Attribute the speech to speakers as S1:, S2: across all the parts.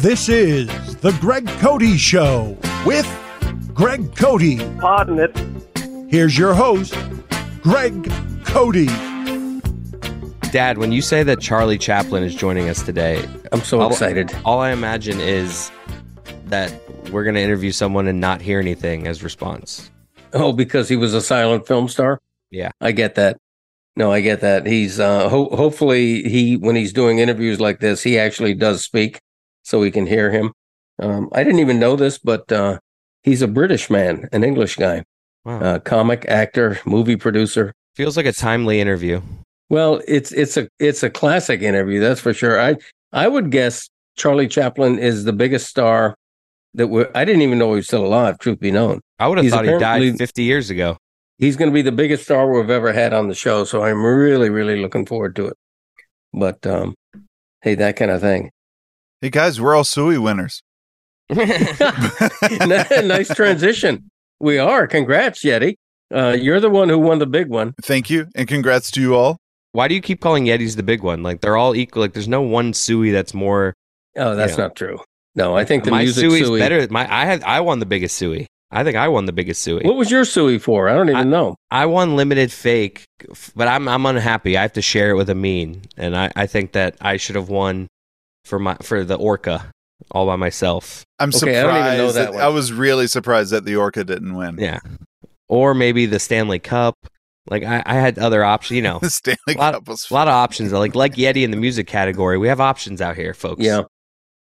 S1: This is The Greg Cody Show with Greg Cody.
S2: Pardon it.
S1: Here's your host, Greg Cody.
S3: Dad, when you say that Charlie Chaplin is joining us today,
S4: I'm so
S3: all-
S4: excited.
S3: All I imagine is that we're going to interview someone and not hear anything as response.
S4: Oh, because he was a silent film star?
S3: Yeah.
S4: I get that. No, I get that. He's uh ho- hopefully he when he's doing interviews like this, he actually does speak so we can hear him. Um I didn't even know this, but uh he's a British man, an English guy.
S3: Wow.
S4: Uh comic actor, movie producer.
S3: Feels like a timely interview.
S4: Well, it's it's a it's a classic interview, that's for sure. I I would guess Charlie Chaplin is the biggest star that we I didn't even know he was still alive, truth be known.
S3: I would have
S4: He's
S3: thought he died
S4: apparently-
S3: 50 years ago.
S4: he's going to be the biggest star we've ever had on the show. So I'm really, really looking forward to it. But um, hey, that kind of thing.
S5: Hey guys, we're all SUI winners.
S4: nice transition. We are. Congrats, Yeti. Uh, you're the one who won the big one.
S5: Thank you, and congrats to you all.
S3: Why do you keep calling Yetis the big one? Like they're all equal. Like there's no one Suey that's more.
S4: Oh, that's
S3: Yeah.
S4: not true. No, I think the
S3: my
S4: music
S3: Suey's
S4: Suey-
S3: better. My I had I won the biggest Suey. I think I won the biggest Suey.
S4: What was your Suey for? I don't even know.
S3: I won limited fake, f- but I'm I'm unhappy. I have to share it with a mean, and I, I think that I should have won for my for the orca all by myself,
S5: I'm
S4: Okay, I
S5: surprised.
S4: don't even know that one.
S5: I was really surprised that the Orca didn't win.
S3: Yeah. or maybe the Stanley Cup. Like I, I had other options, you know,
S5: the Stanley
S3: Lot-
S5: Cup was
S3: a lot of options. Like like Yeti in the music category, we have options out here, folks.
S4: Yeah,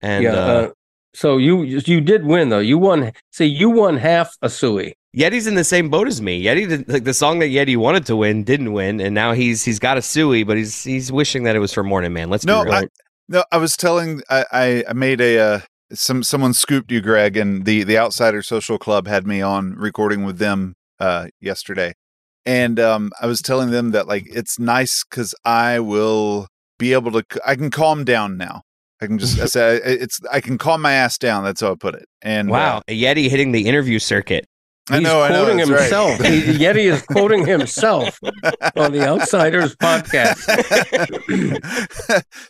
S3: and
S4: yeah.
S3: uh,
S4: uh, so you you did win though. You won. See, you won half a Suey.
S3: Yeti's in the same boat as me. Yeti, did, like the song that Yeti wanted to win, didn't win, and now he's he's got a suey, but he's he's wishing that it was for Morning Man. Let's
S5: No,
S3: be real.
S5: I, no, I was telling I, I, I made a uh, some someone scooped you, Greg, and the the Outsider Social Club had me on recording with them uh, yesterday, and um, I was telling them that like it's nice because I will be able to c- I can calm down now. I can just I say it's I can calm my ass down. That's how I put it. And uh,
S3: wow, a Yeti hitting the interview circuit.
S5: I
S4: He's
S5: know, I know,
S4: quoting
S5: that's right.
S4: himself. He- Yeti is quoting himself on the Outsiders podcast.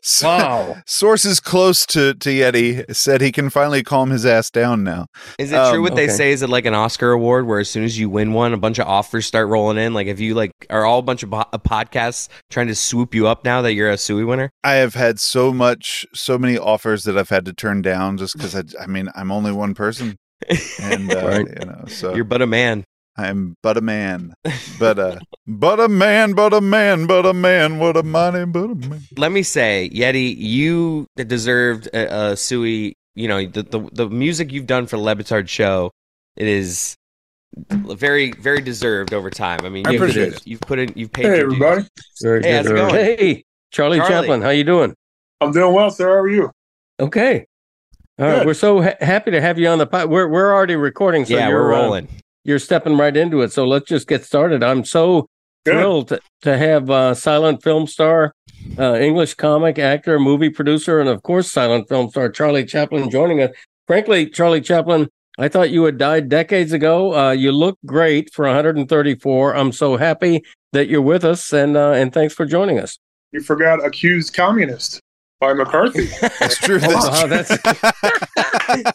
S5: So-
S4: Wow.
S5: Sources close to, to Yeti said he can finally calm his ass down now.
S3: Is it true
S5: Um,
S3: what they
S4: okay.
S3: say? Is it like an Oscar award where as soon as you win one, a bunch of offers start rolling in? Like if you like are all a bunch of bo- uh, podcasts trying to swoop you up now that you're a suey winner?
S5: I have had so much, so many offers that I've had to turn down just because I, I mean, I'm only one person, and uh,
S4: Right.
S5: you know, so
S3: You're but a man.
S5: I'm but a man, but uh, but a man, but a man, but a man, what a money, but a man.
S3: Let me say, Yeti, you deserved a, a suey. You know the, the the music you've done for the Lebitard show. It is very very deserved over time. I mean,
S5: I
S3: you've,
S5: appreciate it.
S3: you've put in you've paid.
S6: Hey
S3: your dues.
S6: everybody,
S4: Very
S3: Hey, how's it
S4: very-
S3: going?
S4: Hey, Charlie,
S3: Charlie.
S4: Chaplin, how you doing?
S6: I'm doing well, sir. How are you?
S4: Okay. All right,
S6: Good.
S4: we're so ha- happy to have you on the pod. We're we're already recording, so
S3: yeah,
S4: you're
S3: we're
S4: uh,
S3: rolling.
S4: you're stepping right into it. So let's just get started. I'm so
S6: Good.
S4: thrilled to, to have uh, silent film star, uh, English comic, actor, movie producer, and of course, silent film star Charlie Chaplin joining us. Frankly, Charlie Chaplin, I thought you had died decades ago. Uh, you look great for 134. I'm so happy that you're with us, and uh, and thanks for joining us.
S6: You forgot accused communist by McCarthy.
S5: That's true.
S4: Wow,
S5: That's true.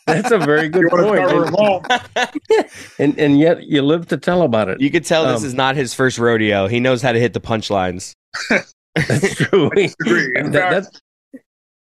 S4: That's a very good
S6: You want to
S4: point.
S6: cover them
S4: And,
S6: all?
S4: and and yet you live to tell about it.
S3: You could tell this
S4: Um,
S3: is not his first rodeo. He knows how to hit the punchlines.
S4: That's true.
S6: disagree. In
S4: That-
S6: fact-
S4: that's-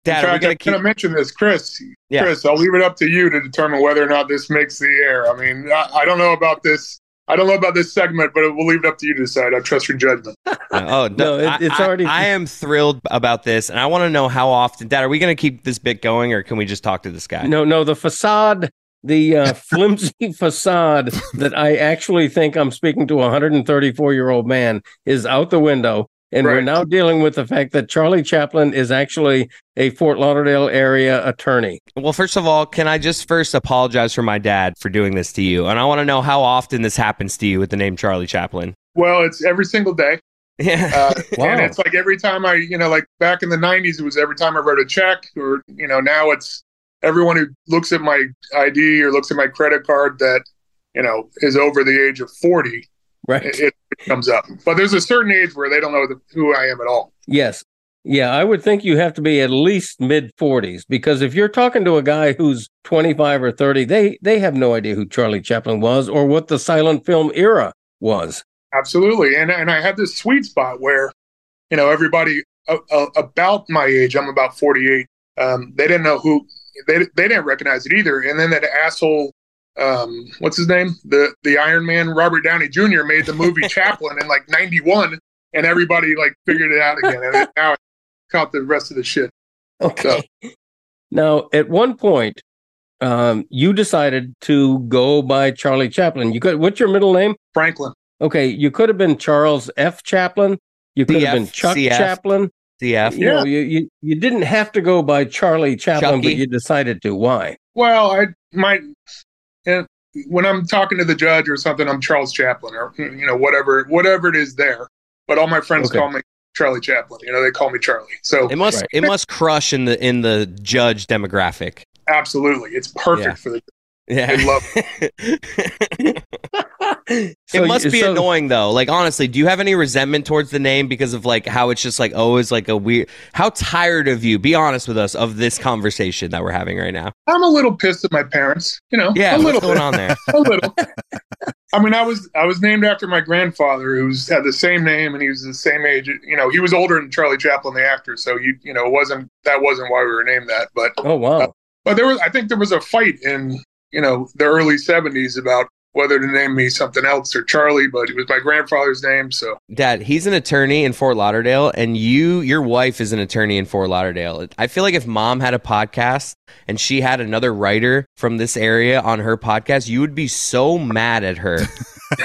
S3: Dad,
S6: In
S3: are we
S6: fact, I'm
S3: gonna
S6: going
S3: keep
S6: to mention this, Chris.
S3: Yeah.
S6: Chris, I'll leave it up to you to determine whether or not this makes the air. I mean, I, I don't know about this. I don't know about this segment, but we'll leave it up to you to decide. I trust your judgment.
S3: Oh no,
S4: No, it-
S3: I-
S4: it's
S3: I,
S4: already-
S3: I am thrilled about this, and I want to know how often, Dad. Are we going to keep this bit going, or can we just talk to this guy?
S4: No, no, the facade, the uh, flimsy facade that I actually think I'm speaking to a 134 year old man is out the window. And
S6: Right.
S4: we're now dealing with the fact that Charlie Chaplin is actually a Fort Lauderdale area attorney.
S3: Well, first of all, can I just first apologize for my dad for doing this to you? And I want to know how often this happens to you with the name Charlie Chaplin.
S6: Well, it's every single day.
S3: Yeah.
S6: Uh,
S4: Wow.
S6: And it's like every time I, you know, like back in the 90s, it was every time I wrote a check, or, you know, now it's everyone who looks at my ID or looks at my credit card that, you know, is over the age of 40,
S4: Right.
S6: it, it comes up. But there's a certain age where they don't know the, who I am at all.
S4: Yes. Yeah, I would think you have to be at least mid 40s because if you're talking to a guy who's 25 or 30, they they have no idea who Charlie Chaplin was or what the silent film era was.
S6: Absolutely. And, and I had this sweet spot where, you know, everybody uh, uh, about my age, I'm about 48, um, they didn't know who, they, they didn't recognize it either. And then that asshole, um, what's his name? The, the Iron Man, Robert Downey Jr. made the movie Chaplin in like 91 and everybody like figured it out again. And now I caught the rest of the shit.
S4: Okay. Now, at one point, um, you decided to go by Charlie Chaplin. You could what's your middle name?
S6: Franklin.
S4: Okay, you could have been Charles F. Chaplin. You could have
S3: CF,
S4: been Chuck
S3: CF.
S4: Chaplin.
S3: CF.
S4: You know, you, you you didn't have to go by Charlie Chaplin,
S3: Chucky.
S4: but you decided to. Why?
S6: Well, I might. and When I'm talking to the judge or something, I'm Charles Chaplin or you know whatever whatever it is there. But all my friends
S4: Okay.
S6: call me Charlie Chaplin. You know they call me Charlie. So
S3: It must
S4: Right.
S3: it must crush in the in the judge demographic.
S6: absolutely, it's perfect
S3: Yeah.
S6: for the.
S3: Yeah.
S6: I love
S4: So
S3: it
S4: you-
S3: must be
S4: so-
S3: annoying though. Like honestly, do you have any resentment towards the name because of like how it's just like always like a weird how tired of you, be honest with us, of this conversation that we're having right now.
S6: I'm a little pissed at my parents. You know,
S3: Yeah,
S6: a
S3: what's
S6: little
S3: going
S6: bit,
S3: on there?
S6: a little. I mean, I was I was named after my grandfather, who's had the same name, and he was the same age. You know, he was older than Charlie Chaplin, the actor. So you you know, it wasn't that wasn't why we were named that, but
S4: Oh wow.
S6: But there was, I think there was a fight in, you know, the early 70s about whether to name me something else or Charlie, but it was my grandfather's name. So
S3: Dad, he's an attorney in Fort Lauderdale, and you, your wife, is an attorney in Fort Lauderdale. I feel like if mom had a podcast and she had another writer from this area on her podcast, you would be so mad at her.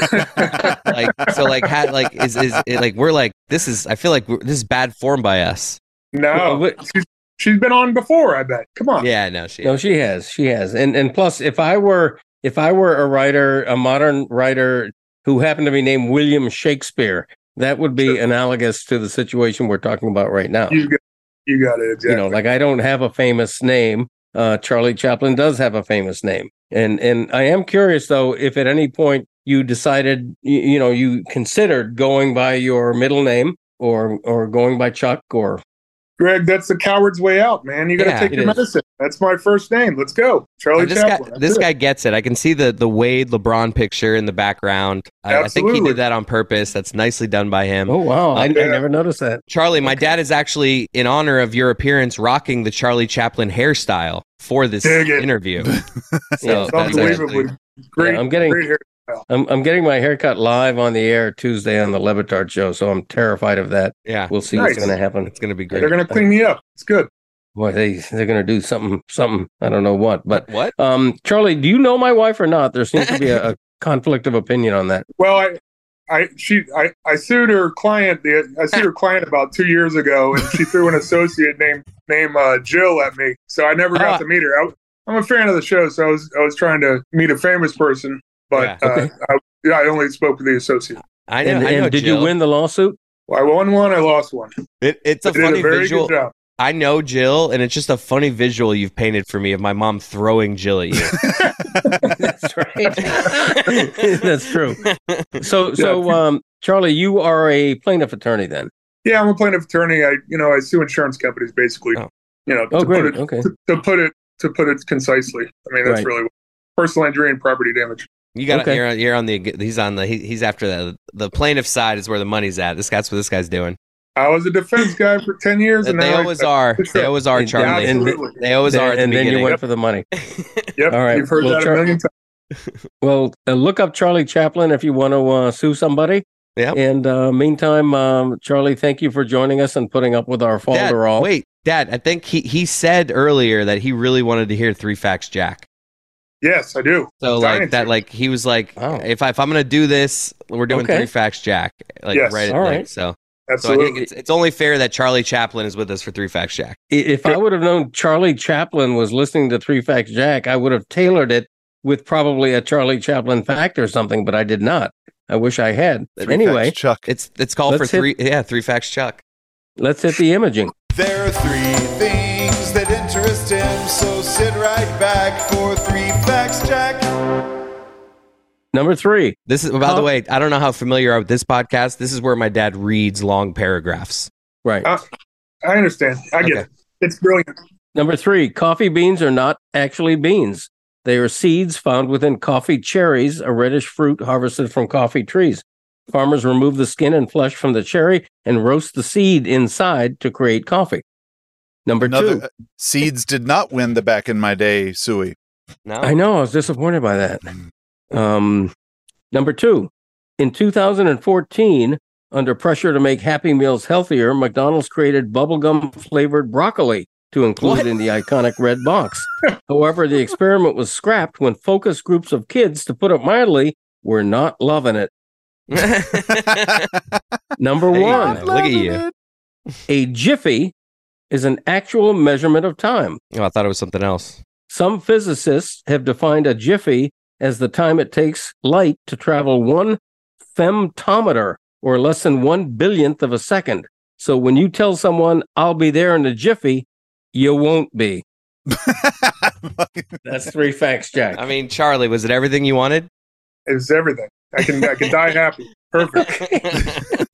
S3: like, so, like, had like is is it, like we're like this is. I feel like we're, this is bad form by us.
S4: Well,
S6: no,
S4: what-
S6: she's been on before, I bet. Come on.
S3: Yeah, no, she.
S4: No, she has. She has. And and plus, if I were if I were a writer, a modern writer who happened to be named William Shakespeare, that would be analogous to the situation we're talking about right now.
S6: You got, you got it. Exactly.
S4: You know, like I don't have a famous name. Uh, Charlie Chaplin does have a famous name, and and I am curious though if at any point you decided you, you know you considered going by your middle name or or going by Chuck or
S6: Greg, that's the coward's way out, man. You got to
S3: Yeah,
S6: take
S4: it
S6: your
S4: is.
S6: medicine. That's my first name. Let's go.
S3: Oh,
S6: Charlie
S3: this guy,
S6: Chaplin. That's
S3: this
S6: it.
S3: guy gets it. I can see the the Wade LeBron picture in the background. I, I think he
S6: Absolutely.
S3: did that on purpose. That's nicely done by him.
S4: oh wow I, I
S6: Yeah.
S4: never noticed that
S3: Charlie, my dad is actually, in honor of your appearance, rocking the Charlie Chaplin hairstyle for this
S6: Dig it.
S3: interview.
S4: Yeah,
S3: so that's
S4: it's
S6: Unbelievably
S3: actually-
S6: great.
S4: Yeah, I'm getting
S6: great hair.
S4: I'm I'm getting my haircut live on the air Tuesday on the Levitard show, so I'm terrified of that.
S3: yeah,
S4: We'll see
S6: Nice.
S4: what's going to happen.
S3: it's gonna be
S6: They're
S3: great.
S6: going to clean me up. It's good.
S4: Boy, they they're going to do something something I don't know what. But
S3: What?
S4: um, Charlie, do you know my wife or not? There seems to be a, a conflict of opinion on that.
S6: Well, I, I, she, I, I sued her client. The I sued her client about two years ago, and she threw an associate named named uh, Jill at me. So I never got
S3: Ah.
S6: to meet her. I, I'm a fan of the show, so I was I was trying to meet a famous person, but
S3: Yeah.
S4: Okay.
S6: uh, I, yeah, I only spoke to the associate.
S3: I know.
S4: And,
S3: I
S4: and
S3: know
S4: did
S3: Jill.
S4: you win the lawsuit?
S6: Well, I won one, I lost one.
S3: It, it's
S6: I
S3: a
S6: did
S3: funny
S6: a very
S3: visual.
S6: good job.
S3: I know Jill, and it's just a funny visual you've painted for me of my mom throwing Jill at you.
S4: That's right. That's true. So so um, Charlie, you are a plaintiff attorney then?
S6: Yeah, I'm a plaintiff attorney. I, you know, I sue insurance companies basically.
S3: Oh.
S6: You know,
S4: Oh,
S6: to
S4: great.
S6: put it
S4: Okay.
S6: to put it to put it concisely. I mean, that's
S4: Right.
S6: really what personal injury and property damage.
S3: You got. to
S4: Okay.
S3: You're, on- you're on the. He's on the. He, he's after the the plaintiff side is where the money's at. This guy's what this guy's doing.
S6: I was a defense guy for ten years, and
S3: they
S6: now I-
S3: always are. They always are,
S4: And-
S3: Charlie.
S4: and-
S6: Absolutely.
S3: they always are. At the
S4: and then you
S3: beginning.
S4: went for the money.
S6: Yep.
S4: All right.
S6: You've heard
S4: Well,
S6: that
S4: Char-
S6: a million times.
S4: Well, uh, look up Charlie Chaplin if you want to uh, sue somebody.
S3: Yep.
S4: And uh, meantime, um, Charlie, thank you for joining us and putting up with our
S3: Dad,
S4: falderall.
S3: wait, Dad. I think he he said earlier that he really wanted to hear three facts, Jack.
S6: Yes, I do.
S3: So
S6: Dying
S3: like that,
S6: to.
S3: like he was like,
S4: Wow.
S3: if I, if I'm gonna do this, we're doing
S4: Oh. Okay.
S3: three facts, Jack. Like
S6: Yes.
S3: right,
S4: All
S3: like,
S4: right.
S3: So
S6: Absolutely.
S3: So I think it's, it's only fair that Charlie Chaplin is with us for Three Facts Jack.
S4: If I would have known Charlie Chaplin was listening to Three Facts Jack, I would have tailored it with probably a Charlie Chaplin fact or something, but I did not. I wish I had. But
S5: Three
S4: anyway,
S5: facts, Chuck.
S3: It's it's called
S4: Let's
S3: for three
S4: hit-
S3: yeah, Three Facts Chuck.
S4: let's hit the imaging.
S5: There are three things that interest him, so sit right back for three facts, Jack.
S4: Number three.
S3: This is by the
S4: Huh?
S3: way, I don't know how familiar you are with this podcast. This is where my dad reads long paragraphs.
S4: Right.
S6: Uh, I understand. I get
S3: Okay.
S6: it. It's brilliant.
S4: Number three, coffee beans are not actually beans. They are seeds found within coffee cherries, a reddish fruit harvested from coffee trees. Farmers remove the skin and flesh from the cherry and roast the seed inside to create coffee. Number two,
S5: Another, uh, seeds did not win the back in my day, Suey.
S3: No.
S4: I know I was disappointed by that.
S3: Mm.
S4: Um, number two, in 2014, under pressure to make Happy Meals healthier, McDonald's created bubblegum flavored broccoli to include
S3: What?
S4: in the iconic red box. However, the experiment was scrapped when focus groups of kids, to put it mildly, were not loving it. Number
S3: Hey.
S4: one,
S3: Look at you.
S4: a jiffy is an actual measurement of time.
S3: Oh, I thought it was something else.
S4: Some physicists have defined a jiffy as the time it takes light to travel one femtometer or less than one billionth of a second. So when you tell someone, I'll be there in a jiffy, you won't be. That's three facts, Jack.
S3: I mean, Charlie, was it everything you wanted?
S6: It's everything. I can I can die happy. Perfect.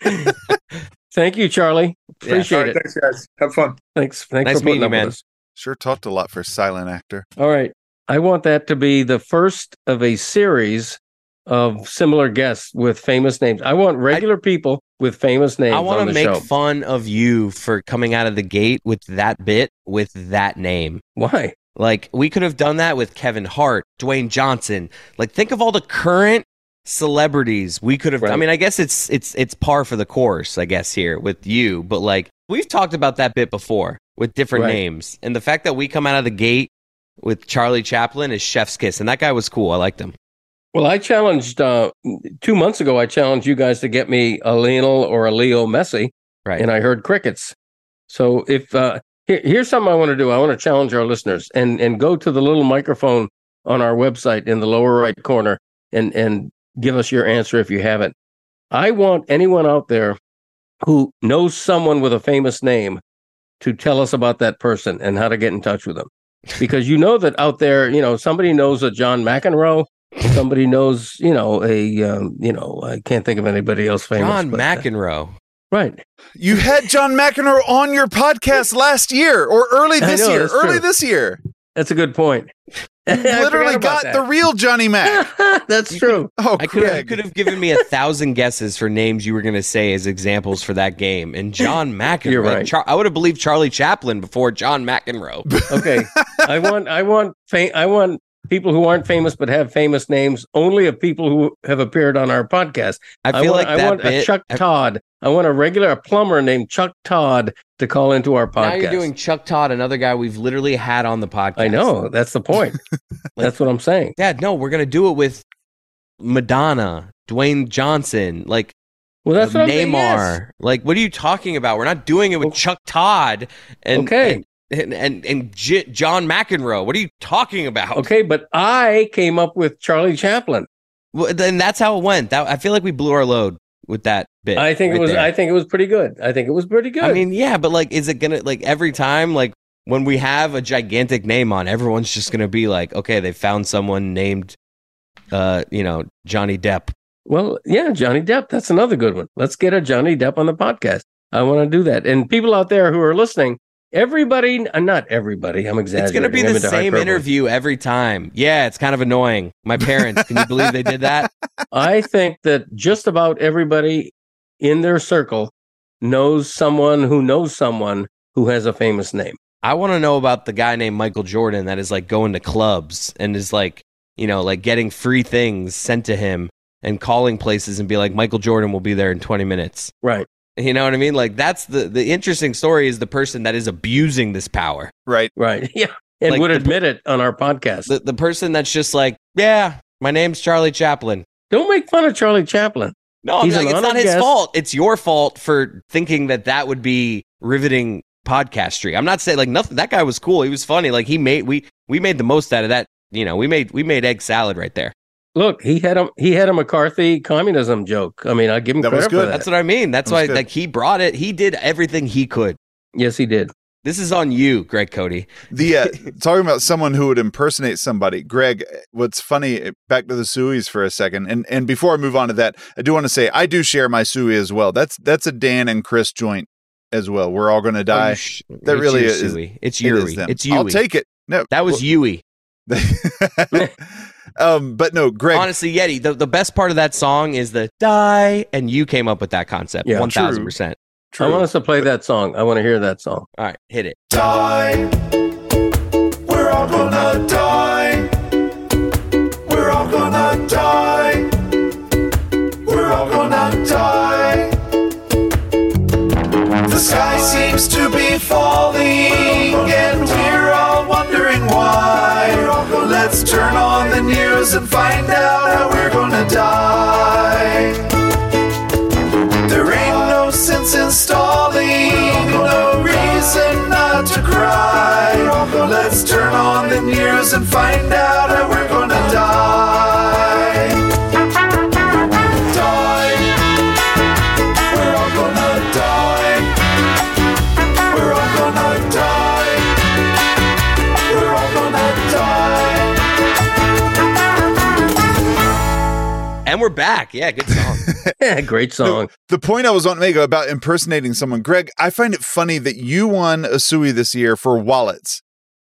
S4: Thank you, Charlie.
S3: Yeah.
S4: Appreciate
S6: All right,
S4: it.
S6: thanks guys. Have fun.
S4: Thanks. Thanks
S3: Nice
S4: for putting
S3: meeting you,
S4: up
S3: man.
S4: with us.
S5: Sure talked a lot for a silent actor.
S4: All right. I want that to be the first of a series of similar guests with famous names. I want regular people with famous names.
S3: I want
S4: on the
S3: to make
S4: show.
S3: fun of you for coming out of the gate with that bit with that name.
S4: Why?
S3: Like we could have done that with Kevin Hart, Dwayne Johnson. Like think of all the current celebrities we could have. I
S4: Right.
S3: mean, I guess it's it's it's par for the course, I guess here with you. But like we've talked about that bit before with different
S4: Right.
S3: names, and the fact that we come out of the gate with Charlie Chaplin is Chef's kiss, and that guy was cool. I liked him.
S4: Well, I challenged uh, two months ago. I challenged you guys to get me a Lionel or a Leo Messi,
S3: Right.
S4: and I heard crickets. So if uh, here, here's something I want to do, I want to challenge our listeners and and go to the little microphone on our website in the lower right corner and and give us your answer if you haven't. I want anyone out there who knows someone with a famous name to tell us about that person and how to get in touch with them. Because you know that out there, you know, somebody knows a John McEnroe, somebody knows, you know, a, um, you know, I can't think of anybody else famous.
S3: John
S4: but-
S3: McEnroe.
S4: Right.
S5: You had John McEnroe on your podcast last year or early
S4: I
S5: this
S4: know,
S5: year.
S4: that's true.
S5: Early this year.
S4: That's a good point. I
S5: You literally
S4: forgot
S5: got
S4: about
S5: the real Johnny Mac.
S4: that. That's
S3: You
S4: true.
S5: Oh,
S3: I could you
S5: Craig.
S3: could have given me a thousand guesses for names you were going to say as examples for that game. And John McEnroe,
S4: You're right.
S3: Char- I would have believed Charlie Chaplin before John McEnroe.
S4: Okay. I want, I want, fa- I want people who aren't famous but have famous names only of people who have appeared on our podcast.
S3: I feel
S4: want,
S3: like that
S4: I want
S3: bit.
S4: a Chuck
S3: I-
S4: Todd. I want a regular a plumber named Chuck Todd to call into our podcast.
S3: now you're doing Chuck Todd, another guy we've literally had on the podcast.
S4: I know. That's the point. that's what I'm saying.
S3: Dad. No, we're going to do it with Madonna, Dwayne Johnson, like
S4: Well, that's what I'm saying,
S3: Neymar.
S4: yes.
S3: Like, what are you talking about? We're not doing it with
S4: Okay.
S3: Chuck Todd and
S4: Okay.
S3: and and, and, and J- John McEnroe. What are you talking about?
S4: Okay, but I came up with Charlie Chaplin.
S3: Well, then that's how it went. That, I feel like we blew our load with that bit.
S4: I think it
S3: right
S4: was.
S3: there.
S4: I think it was pretty good. I think it was pretty good.
S3: I mean, yeah, but like, is it gonna like every time like when we have a gigantic name on, everyone's just gonna be like, okay, they found someone named, uh, you know, Johnny Depp.
S4: Well, yeah, Johnny Depp. That's another good one. Let's get a Johnny Depp on the podcast. I want to do that. And people out there who are listening, everybody, uh, not everybody, I'm exaggerating.
S3: It's gonna be
S4: I'm
S3: the
S4: into
S3: same
S4: hyperbole.
S3: interview every time. Yeah, it's kind of annoying. My parents, can you believe they did that?
S4: I think that just about everybody in their circle knows someone who knows someone who has a famous name.
S3: I want to know about the guy named Michael Jordan that is like going to clubs and is like, you know, like getting free things sent to him and calling places and be like, Michael Jordan will be there in 20 minutes.
S4: Right.
S3: You know what I mean? Like that's the the interesting story is the person that is abusing this power.
S5: right.
S4: Right. Yeah. And
S3: Like
S4: would
S3: the-
S4: admit it on our podcast.
S3: The the person that's just like, yeah, my name's Charlie Chaplin.
S4: Don't make fun of Charlie Chaplin.
S3: No, I'm like, it's not his guest. fault. It's your fault for thinking that that would be riveting podcastry. I'm not saying like nothing. That guy was cool. He was funny. Like he made we we made the most out of that. You know, we made we made egg salad right there.
S7: Look, he had a he had a McCarthy communism joke. I mean, I give him
S5: That was
S7: credit for
S5: good.
S7: that.
S3: That's what I mean. That's
S5: That was
S3: why
S5: good.
S3: like he brought it. He did everything he could.
S7: Yes, he did.
S3: This is on you, Greg Cody. Oh,
S5: The uh, talking about someone who would impersonate somebody, Greg. uh, What's funny? Back to the Sueys for a second, and and before I move on to that, I do want to say I do share my Suey as well. That's that's a Dan and Chris joint as well. We're all going to
S3: Oh,
S5: die.
S3: you sh-
S5: that
S3: it's
S5: really
S3: you,
S5: is-
S3: Suey. It's
S5: It is
S3: Yui.
S5: them.
S3: It's Yui.
S5: I'll take it. No,
S3: that was Yui.
S5: um, but no, Greg.
S3: Honestly, Yeti, the, the best part of that song is the die, and you came up with that concept.
S7: Yeah,
S3: One thousand percent.
S7: I want us to play that song. I want to hear that song.
S3: All right, hit it.
S1: Die. We're all gonna die. We're all gonna die. We're all gonna die. The sky seems to be falling, and we're all wondering why. Let's turn on the news and find out how we're gonna die. There ain't no sense in stalling, no reason not to cry. Let's turn on the news and find out how we're gonna die. Die. We're all gonna die. We're all gonna die. We're all gonna die.
S3: And we're back. Yeah, good song.
S7: Yeah, great song.
S5: the point I was on to make about impersonating someone, Greg, I find it funny that you won a Suey this year for wallets,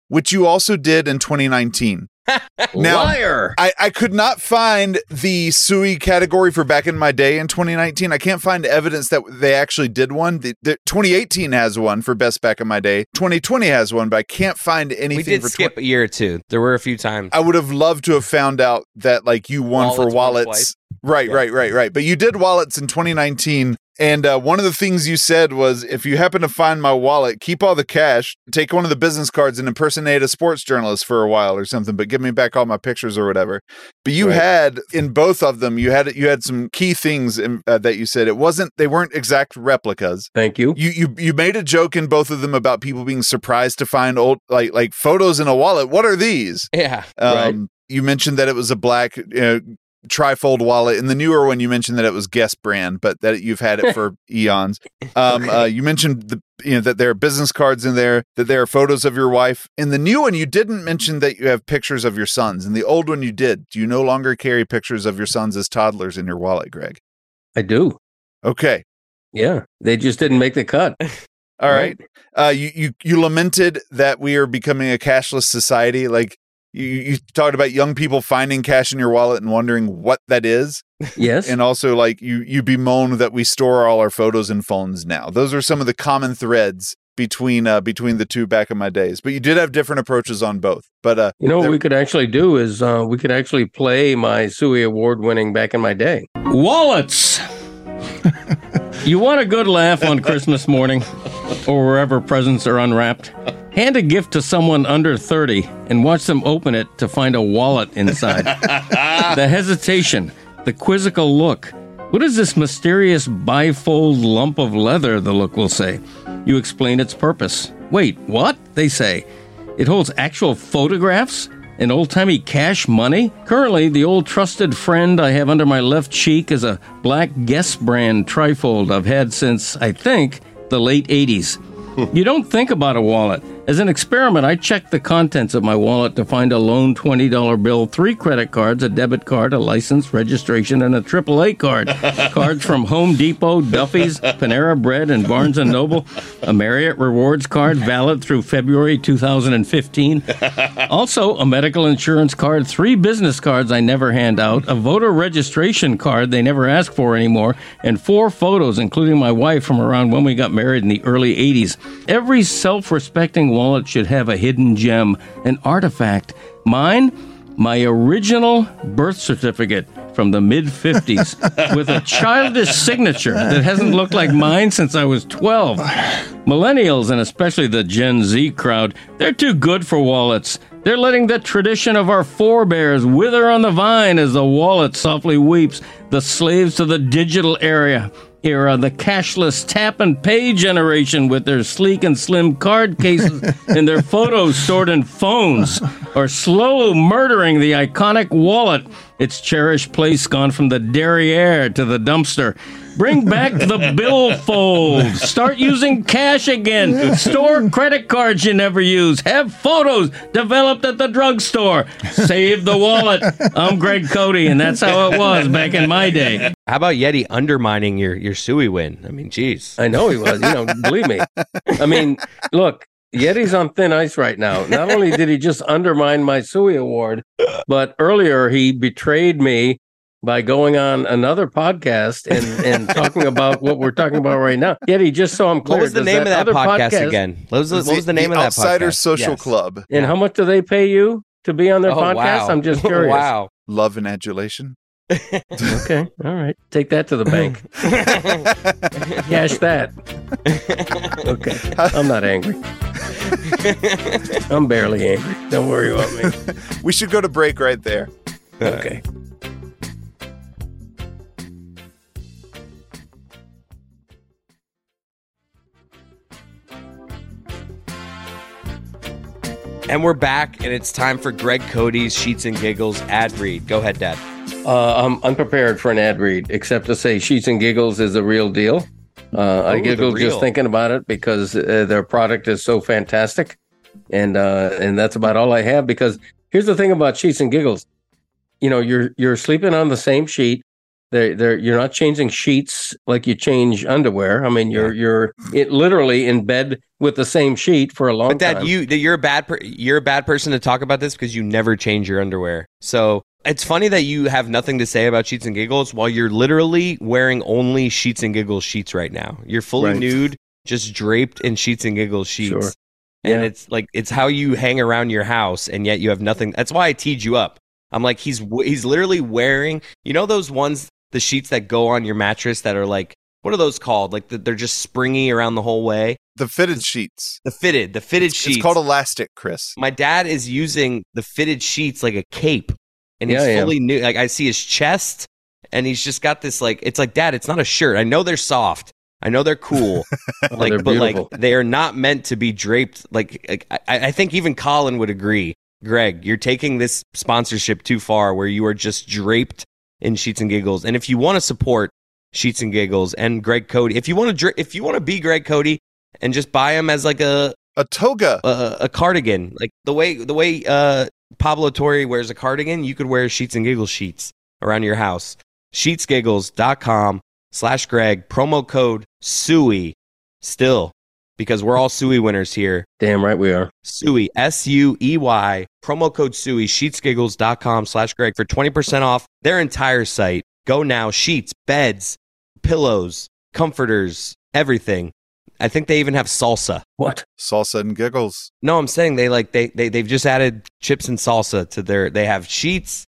S5: which you also did in 2019. Now-
S7: Liar.
S5: I, I could not find the Suey category for back in my day in 2019. I can't find evidence that they actually did one. The, the 2018 has one for best back in my day. 2020 has one, but I can't find anything
S3: we did
S5: for
S3: skip a year or two. There were a few times.
S5: I would have loved to have found out that like you won
S3: Wallets won
S5: for wallets. Right, right, right, right. But you did wallets in 2019. And uh, one of the things you said was if you happen to find my wallet, keep all the cash, take one of the business cards and impersonate a sports journalist for a while or something, but give me back all my pictures or whatever. But you
S3: Right.
S5: had in both of them, you had you had some key things in, uh, that you said. It wasn't they weren't exact replicas.
S7: Thank you.
S5: You you you made a joke in both of them about people being surprised to find old like like photos in a wallet. What are these?
S3: yeah.
S5: Um,
S7: Right.
S5: You mentioned that it was a black you know, trifold wallet. In the newer one, you mentioned that it was Guess brand, but that you've had it for eons. Um, uh, you mentioned the you know that there are business cards in there, that there are photos of your wife. In the new one, you didn't mention that you have pictures of your sons. In the old one, you did. Do you no longer carry pictures of your sons as toddlers in your wallet, Greg?
S7: I do.
S5: Okay.
S7: Yeah. They just didn't make the cut.
S5: All right. Uh, you, you you lamented that we are becoming a cashless society. Like you, you talked about young people finding cash in your wallet and wondering what that is.
S7: Yes.
S5: and also like you you bemoan that we store all our photos and phones now those are some of the common threads between uh between the two back in my days but you did have different approaches on both but uh
S7: You know what
S5: There-
S7: we could actually do is uh, we could actually play my Suey Award winning back in my day.
S4: Wallets! you want a good laugh on Christmas morning or wherever presents are unwrapped? Hand a gift to someone under 30 and watch them open it to find a wallet inside. the hesitation, the quizzical look. What is this mysterious bifold lump of leather? The look will say. You explain its purpose. Wait, what? They say. It holds actual photographs and old timey cash money. Currently, the old trusted friend I have under my left cheek is a black Guess brand trifold I've had since, I think, the late 80s. you don't think about a wallet. As an experiment, I checked the contents of my wallet to find a loan $20 bill, three credit cards, a debit card, a license, registration, and a AAA card. Cards from Home Depot, Duffy's, Panera Bread, and Barnes & Noble. A Marriott Rewards card valid through February 2015. Also, a medical insurance card, three business cards I never hand out, a voter registration card they never ask for anymore, and four photos, including my wife from around when we got married in the early 80s. Every self respecting wallet should have a hidden gem, an artifact. Mine? my original birth certificate from the mid 50s with a childish signature that hasn't looked like mine since I was 12. Millennials, and especially the Gen Z crowd, they're too good for wallets. They're letting the tradition of our forebears wither on the vine as the wallet softly weeps. The slaves to the digital era, era, the cashless tap and pay generation with their sleek and slim card cases and their photos stored in phones, are slowly murdering the iconic wallet, its cherished place gone from the derriere to the dumpster. Bring back the billfold. Start using cash again. Store credit cards you never use. Have photos developed at the drugstore. Save the wallet. I'm Greg Cody, and that's how it was back in my day.
S3: How about Yeti undermining your your Suey win? I mean, jeez.
S7: I know he was. You know, believe me. I mean, look, Yeti's on thin ice right now. Not only did he just undermine my Sui award, but earlier he betrayed me by going on another podcast and, and talking about what we're talking about right now. Yeti just so I'm clear.
S3: What was the
S7: does
S3: name of that
S7: other
S3: podcast, again? What was the, what was the name of that
S5: Outsider
S3: podcast?
S5: Social
S3: Yes.
S5: Club.
S7: And how much do they pay you to be on their
S3: Oh,
S7: podcast?
S3: wow.
S7: I'm just curious.
S3: wow.
S5: Love and adulation.
S7: Okay. All right. Take that to the bank. Cash that. Okay. I'm not angry. I'm barely angry. Don't worry about me.
S5: We should go to break right there.
S7: Okay.
S3: And we're back, and it's time for Greg Cody's Sheets and Giggles ad read. Go ahead, Dad.
S7: Uh, I'm unprepared for an ad read, except to say Sheets and Giggles is the real deal. Uh, I
S3: Ooh, the
S7: giggle
S3: real.
S7: just thinking about it because uh, their product is so fantastic, and uh, and that's about all I have. Because here's the thing about Sheets and Giggles, you know, you're you're sleeping on the same sheet. They're, they're, you're not changing sheets like you change underwear. I mean, you're you're it, literally in bed with the same sheet for a long
S3: But Dad,
S7: time.
S3: you that you're a bad per- you're a bad person to talk about this because you never change your underwear. So it's funny that you have nothing to say about Sheets and Giggles while you're literally wearing only Sheets and Giggles sheets right now. You're fully
S5: Right.
S3: nude, just draped in Sheets and Giggles sheets.
S7: Sure.
S3: And
S7: Yeah.
S3: it's like it's how you hang around your house, and yet you have nothing. That's why I teed you up. I'm like he's w- he's literally wearing you know those ones the sheets that go on your mattress that are like what are those called like the, they're just springy around the whole way
S5: The fitted sheets.
S3: the fitted the fitted sheets
S5: It's called elastic, Chris.
S3: my dad is using the fitted sheets like a cape and
S7: Yeah,
S3: he's
S7: yeah.
S3: fully new like i see his chest and he's just got this like it's like dad it's not a shirt i know they're soft i know they're cool
S7: Oh,
S3: like
S7: they're
S3: but
S7: beautiful.
S3: like they are not meant to be draped like, like I, I think even colin would agree greg you're taking this sponsorship too far where you are just draped in sheets and giggles and if you want to support sheets and giggles and greg cody if you want to dra- if you want to be greg cody and just buy him as like a
S5: A toga.
S3: a, a cardigan. Like the way the way uh, Pablo Torre wears a cardigan, you could wear sheets and giggles sheets around your house. Sheetsgiggles.com slash Greg, promo code SUI still, because we're all SUI winners here.
S7: Damn right we are.
S3: SUI, S U E Y, promo code SUI, sheetsgiggles.com slash Greg for 20% off their entire site. Go now, sheets, beds, pillows, comforters, everything. I think they even have salsa.
S7: What?
S5: Salsa and giggles.
S3: No, I'm saying they like they they they've just added chips and salsa to their. They have sheets,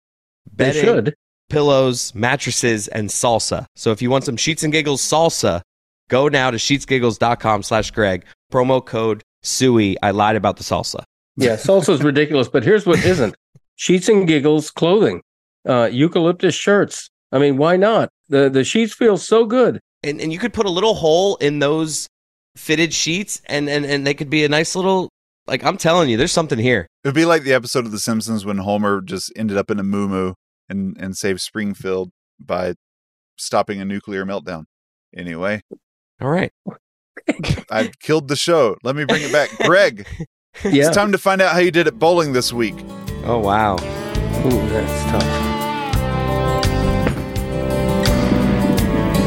S7: They
S3: bedding,
S7: should.
S3: pillows, mattresses, and salsa. So if you want some sheets and giggles salsa, go now to sheetsgiggles.com/greg. Promo code Suey. I lied about the salsa.
S7: Yeah, salsa's ridiculous, but here's what isn't: sheets and giggles clothing, uh, eucalyptus shirts. I mean, why not? The the sheets feel so good.
S3: And and you could put a little hole in those fitted sheets, and and and they could be a nice little. Like I'm telling you, there's something here.
S5: It would be like the episode of The Simpsons when Homer just ended up in a moo and, and saved Springfield by stopping a nuclear meltdown. Anyway,
S3: All right.
S5: I've killed the show. Let me bring it back. Greg,
S7: Yeah.
S5: it's time to find out how you did at bowling this week.
S3: Oh wow.
S7: Ooh, that's tough.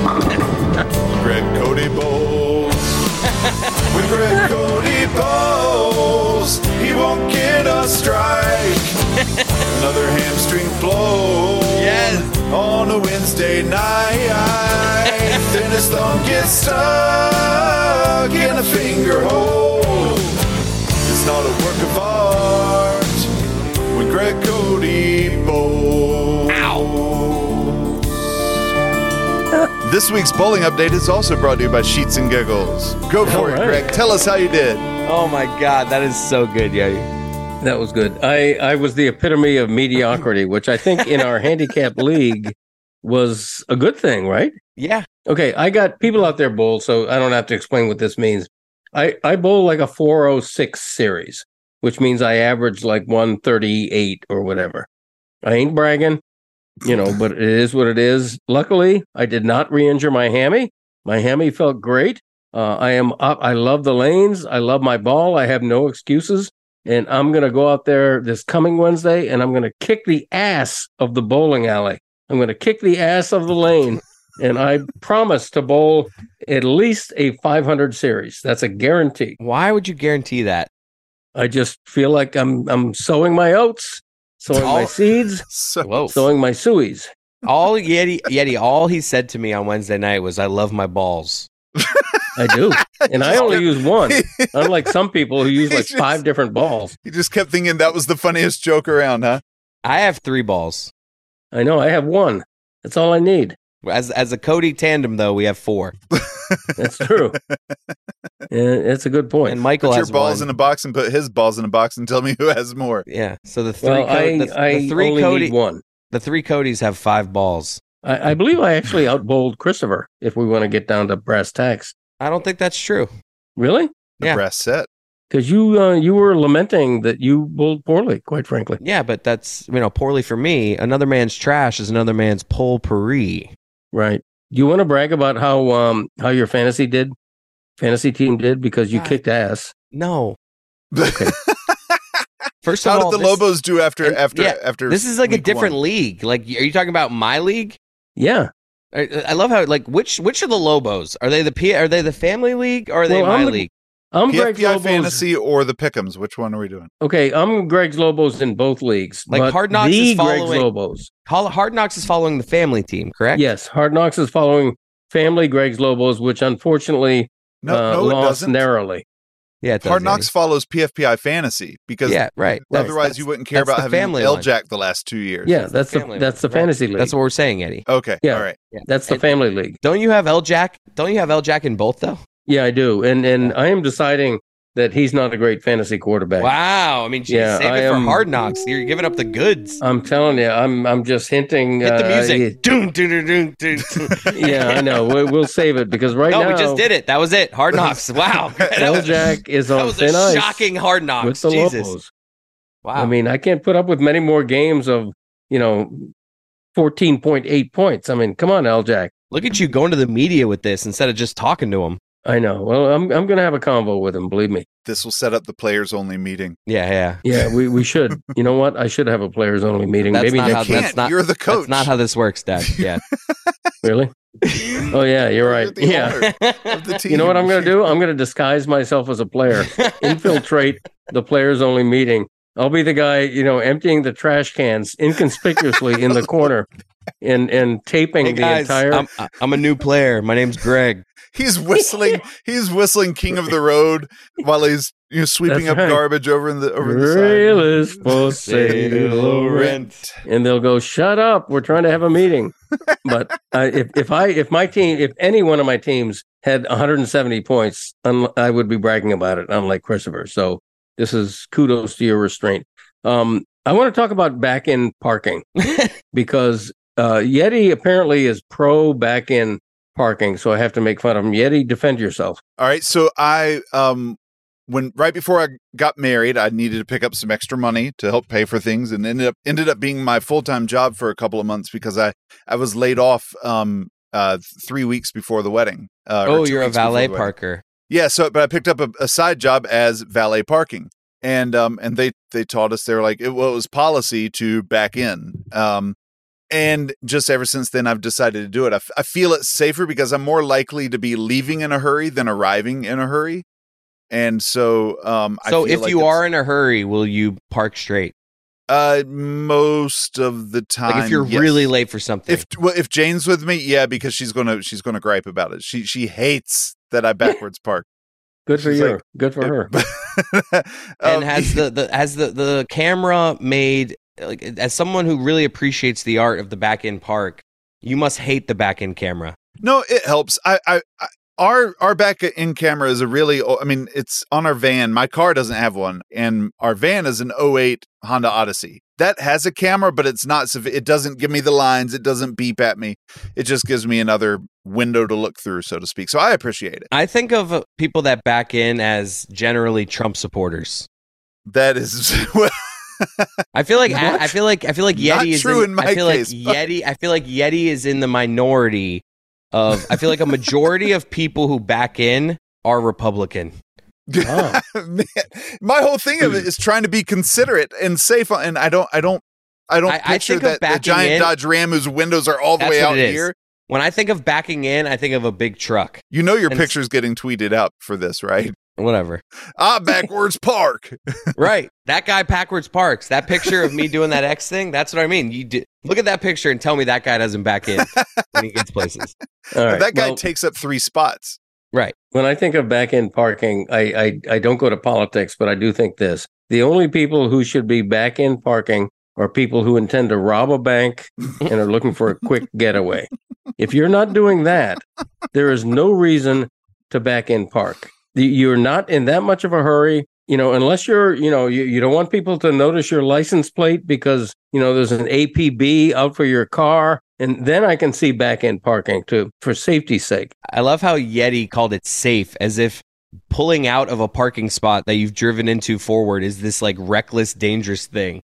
S5: Greg Cody Bowles. With Greg Cody Bowles, he won't get a strike. Another hamstring blow.
S3: Yes.
S5: On a Wednesday night, then his thumb gets stuck in a finger hole. It's not a work of art when Greg Cody bowls. This week's bowling update is also brought to you by Sheets and Giggles. Go for
S7: All
S5: it,
S7: right.
S5: Greg. Tell us how you did.
S3: Oh my God, that is so good, yeah.
S7: That was good. I, I was the epitome of mediocrity, which I think in our handicap league was a good thing, right?
S3: Yeah.
S7: Okay, I got people out there bowl, so I don't have to explain what this means. I, I bowl like a 406 series, which means I average like 138 or whatever. I ain't bragging, you know, but it is what it is. Luckily, I did not re injure my hammy. My hammy felt great. Uh, I am up. I love the lanes. I love my ball. I have no excuses. And I'm going to go out there this coming Wednesday and I'm going to kick the ass of the bowling alley. I'm going to kick the ass of the lane. And I promise to bowl at least a 500 series. That's a guarantee.
S3: Why would you guarantee that?
S7: I just feel like I'm I'm sowing my oats, sowing my
S3: All-
S7: seeds,
S5: So
S3: Whoa.
S7: sowing my sueys.
S3: all Yeti, Yeti, all he said to me on Wednesday night was, "I love my balls."
S7: I do, and I
S5: Just
S7: only
S5: kept-
S7: use one, unlike some people who use
S5: He
S7: like
S5: just-
S7: five different balls.
S5: you just kept thinking that was the funniest joke around, huh?
S3: I have three balls.
S7: I know I have one. That's all I need.
S3: As as a Cody tandem, though, we have four.
S7: That's true. and that's a good point.
S3: And Michael
S5: Put your
S3: has
S5: balls
S3: one.
S5: in a box and put his balls in a box and tell me who has more.
S3: yeah. So the three,
S7: well,
S3: Co-
S7: I,
S3: the, the
S7: I
S3: three
S7: only
S3: Cody,
S7: need one.
S3: the three Codys have five balls.
S7: I, I believe I actually outbowled Christopher. If we want to get down to brass tacks,
S3: I don't think that's true.
S7: really,
S5: The
S3: Yeah.
S5: brass set.
S7: because you uh, you were lamenting that you bowled poorly. Quite frankly,
S3: Yeah, but that's you know poorly for me. Another man's trash is another man's potpourri.
S7: right? Do you want to brag about how um how your fantasy did, fantasy team did because you
S3: God.
S7: kicked ass?
S3: No.
S5: Okay.
S3: First of
S5: How
S3: all,
S5: did the
S3: this,
S5: Lobos do after
S3: and-
S5: after
S3: yeah,
S5: after?
S3: this is like a
S5: week
S3: different
S5: one?
S3: league. Like, are you talking about my league?
S7: Yeah.
S3: I, I love how like which which are the Lobos? Are they the P? Are they the Family League? Or are they
S7: Well, I'm
S3: my
S7: the-
S3: league?
S7: I'm Greg
S5: PFPI
S7: Lobos.
S5: fantasy or the Pickums? Which one are we doing?
S7: Okay, I'm Greg Lobos in both leagues.
S3: Like,
S7: but
S3: Hard Knocks
S7: the
S3: is
S7: Greg
S3: following-
S7: Lobos.
S3: Hol- Hard Knocks is following the Family team, correct?
S7: Yes, Hard Knocks is following family Greg's Lobos, which unfortunately
S5: No,
S7: uh,
S5: no, it
S7: lost
S5: doesn't.
S7: narrowly.
S3: yeah. it does,
S5: Hard Knocks
S3: Andy.
S5: follows PFPI fantasy because
S3: Yeah, right.
S5: well,
S3: That's-
S5: otherwise
S3: that's-
S5: you wouldn't care
S3: that's
S5: about
S3: the
S5: having
S3: family
S5: L
S3: line.
S5: Jack the last two years.
S7: Yeah, that's the,
S3: family
S7: that's the
S3: league, right.
S7: fantasy league.
S3: That's what we're saying, Eddie.
S5: Okay.
S7: Yeah.
S5: All right.
S7: That's the
S3: And-
S7: family league.
S3: Don't you have L Jack? Don't you have L Jack in both though?
S7: Yeah, I do, and and I am deciding that he's not a great fantasy quarterback.
S3: Wow. I mean, geez,
S7: Yeah,
S3: save
S7: I
S3: it for
S7: am-
S3: Hard Knocks. You're giving up the goods.
S7: I'm telling you, I'm I'm just hinting.
S3: Hit the
S7: uh,
S3: music. Doom, doom, doom, doom, doom, doom.
S7: yeah, I know. We, we'll save it because right
S3: no,
S7: now
S3: we just did it. That was it. Hard Knocks. Wow. that was,
S7: Jack is
S3: that
S7: on
S3: was
S7: thin
S3: a
S7: ice
S3: shocking Hard Knocks.
S7: with the
S3: Jesus.
S7: Lobos.
S3: Wow.
S7: I mean, I can't put up with many more games of you know. 14.8 points. I mean, come on, L Jack.
S3: look at you going to the media with this instead of just talking to them.
S7: I know. Well, I'm I'm going to have a convo with him, believe me.
S5: This will set up the players only meeting.
S3: Yeah, yeah.
S7: Yeah, we, we should. You know what? I should have a players only meeting.
S3: That's
S7: Maybe
S3: not
S7: next
S3: how-
S5: you
S3: that's
S5: can't.
S3: not-
S5: You're the coach.
S3: That's not how this works, Dad. Yeah.
S7: Really? Oh yeah, you're right.
S5: the
S7: Yeah.
S5: owner of the
S7: You know what I'm going to
S5: team.
S7: do? I'm going to disguise myself as a player, infiltrate the players only meeting. I'll be the guy, you know, emptying the trash cans inconspicuously in the corner and and taping
S3: Hey,
S7: the
S3: guys,
S7: entire
S3: I'm, I'm a new player. My name's Greg.
S5: He's whistling. he's whistling King of the Road while he's you know sweeping
S7: That's
S5: up
S7: right.
S5: garbage over in the over in
S7: Real
S5: the
S7: is for sale or rent.
S5: side.
S7: and they'll go, "Shut up! We're trying to have a meeting." But uh, if if I if my team if any one of my teams had 170 points, un- I would be bragging about it, unlike Christopher. So this is kudos to your restraint. Um, I want to talk about back end parking because uh, Yeti apparently is pro back end parking, so I have to make fun of him. Yeti, defend yourself.
S5: All right. So I um when right before I got married, I needed to pick up some extra money to help pay for things and ended up ended up being my full-time job for a couple of months because I I was laid off um uh 3 weeks before the wedding. Uh, or
S3: oh,
S5: two
S3: you're a
S5: weeks before
S3: valet
S5: the wedding.
S3: parker.
S5: Yeah, so but I picked up a, a side job as valet parking, and um and they they taught us they were like it, well, it was policy to back in, um, and just ever since then I've decided to do it. I, f- I feel it's safer because I'm more likely to be leaving in a hurry than arriving in a hurry, and so um I
S3: So
S5: feel
S3: if
S5: like
S3: you
S5: it's-
S3: are in a hurry, will you park straight?
S5: uh most of the time
S3: Like if you're
S5: Um, yes.
S3: really late for something.
S5: if well, if Jane's with me yeah because she's gonna she's gonna gripe about it she she hates that I backwards park
S7: Good for
S5: She's
S7: you.
S5: like-
S7: Good for her.
S3: and
S5: Um,
S3: has the, the has the, the camera made like as someone who really appreciates the art of the back end park, you must hate the back end camera.
S5: No, it helps. I, I, I our our back in camera is a really o- i mean it's on our van my car doesn't have one and our van is an 08 honda odyssey that has a camera but it's not suffi- it doesn't give me the lines it doesn't beep at me it just gives me another window to look through so to speak so i appreciate it
S3: I think of uh, people that back in as generally Trump supporters.
S5: that is
S3: I feel like
S5: What?
S3: I, I feel like I feel like Yeti
S5: Not
S3: is
S5: true in
S3: I
S5: my
S3: feel
S5: case,
S3: like
S5: but-
S3: Yeti I feel like Yeti is in the minority of I feel like a majority of people who back in are Republican.
S7: Oh.
S5: Man, my whole thing of it is trying to be considerate and safe on- and i don't i don't i don't
S3: I- I
S5: picture
S3: think of
S5: that the
S3: backing
S5: giant
S3: in-
S5: dodge ram whose windows are all the
S3: That's
S5: way
S3: what
S5: out
S3: it is.
S5: here
S3: When I think of backing in, I think of a big truck.
S5: you know your
S3: And it's-
S5: picture's getting tweeted out for this right
S3: Whatever.
S5: ah backwards park
S3: right. That guy backwards parks. That picture of me doing that X thing, that's what I mean. You do, look at that picture and tell me that guy doesn't back in when he gets places.
S7: All right.
S5: that guy
S7: Well,
S5: takes up three spots.
S7: when I think of back end parking, I, I I don't go to politics, but I do think this: the only people who should be back end parking are people who intend to rob a bank and are looking for a quick getaway. If you're not doing that, there is no reason to back end park. The- You're not in that much of a hurry, you know, unless you're, you know, you, you don't want people to notice your license plate because, you know, there's an APB out for your car. And then I can see back end parking too for safety's sake.
S3: I love how Yeti called it safe, as if pulling out of a parking spot that you've driven into forward is this like reckless, dangerous thing.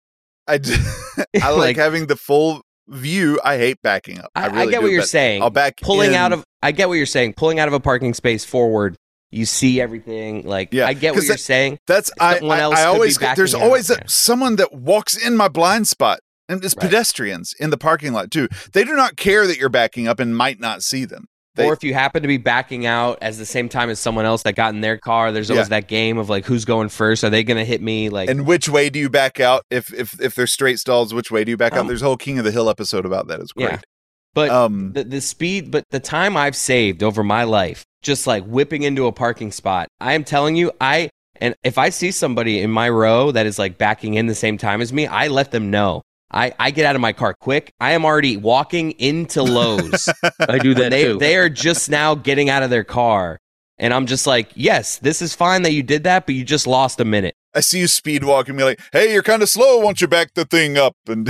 S5: I, d- I like,
S3: Like-
S5: having the full view. I hate backing up.
S3: I,
S5: I,
S3: I
S5: really
S3: get
S5: do,
S3: what you're
S5: but
S3: saying.
S5: I'll back
S3: pulling
S5: in-
S3: out of, I get what you're saying. Pulling out of a parking space forward, you see everything. Like,
S5: Yeah,
S3: I get what
S5: 'cause
S3: you're
S5: that-
S3: saying.
S5: That's I.
S3: someone
S5: I,
S3: else
S5: I
S3: could be
S5: always
S3: backing
S5: there's
S3: out,
S5: always a-
S3: yeah.
S5: someone that walks in my blind spot, and it's
S3: Right.
S5: pedestrians in the parking lot too. They do not care that you're backing up and might not see them. They-
S3: or if you happen to be backing out as the same time as someone else that got in their car, there's always
S5: Yeah.
S3: that game of like, who's going first? Are they going to hit me? Like,
S5: And which way do you back out? If if if they're straight stalls, which way do you back
S3: Um,
S5: out? There's a whole King of the Hill episode about that. It's great.
S3: Yeah. but
S5: um,
S3: the, the speed, but the time I've saved over my life, just like whipping into a parking spot. I am telling you, I and if I see somebody in my row that is like backing in the same time as me, I let them know. I, I get out of my car quick. I am already walking into Lowe's.
S7: I do that
S3: they
S7: too.
S3: they are just now getting out of their car, and I'm just like, yes, this is fine that you did that, but you just lost a minute.
S5: I see you speed walking, be like, "Hey, you're kind of slow. Won't you back the thing up?" And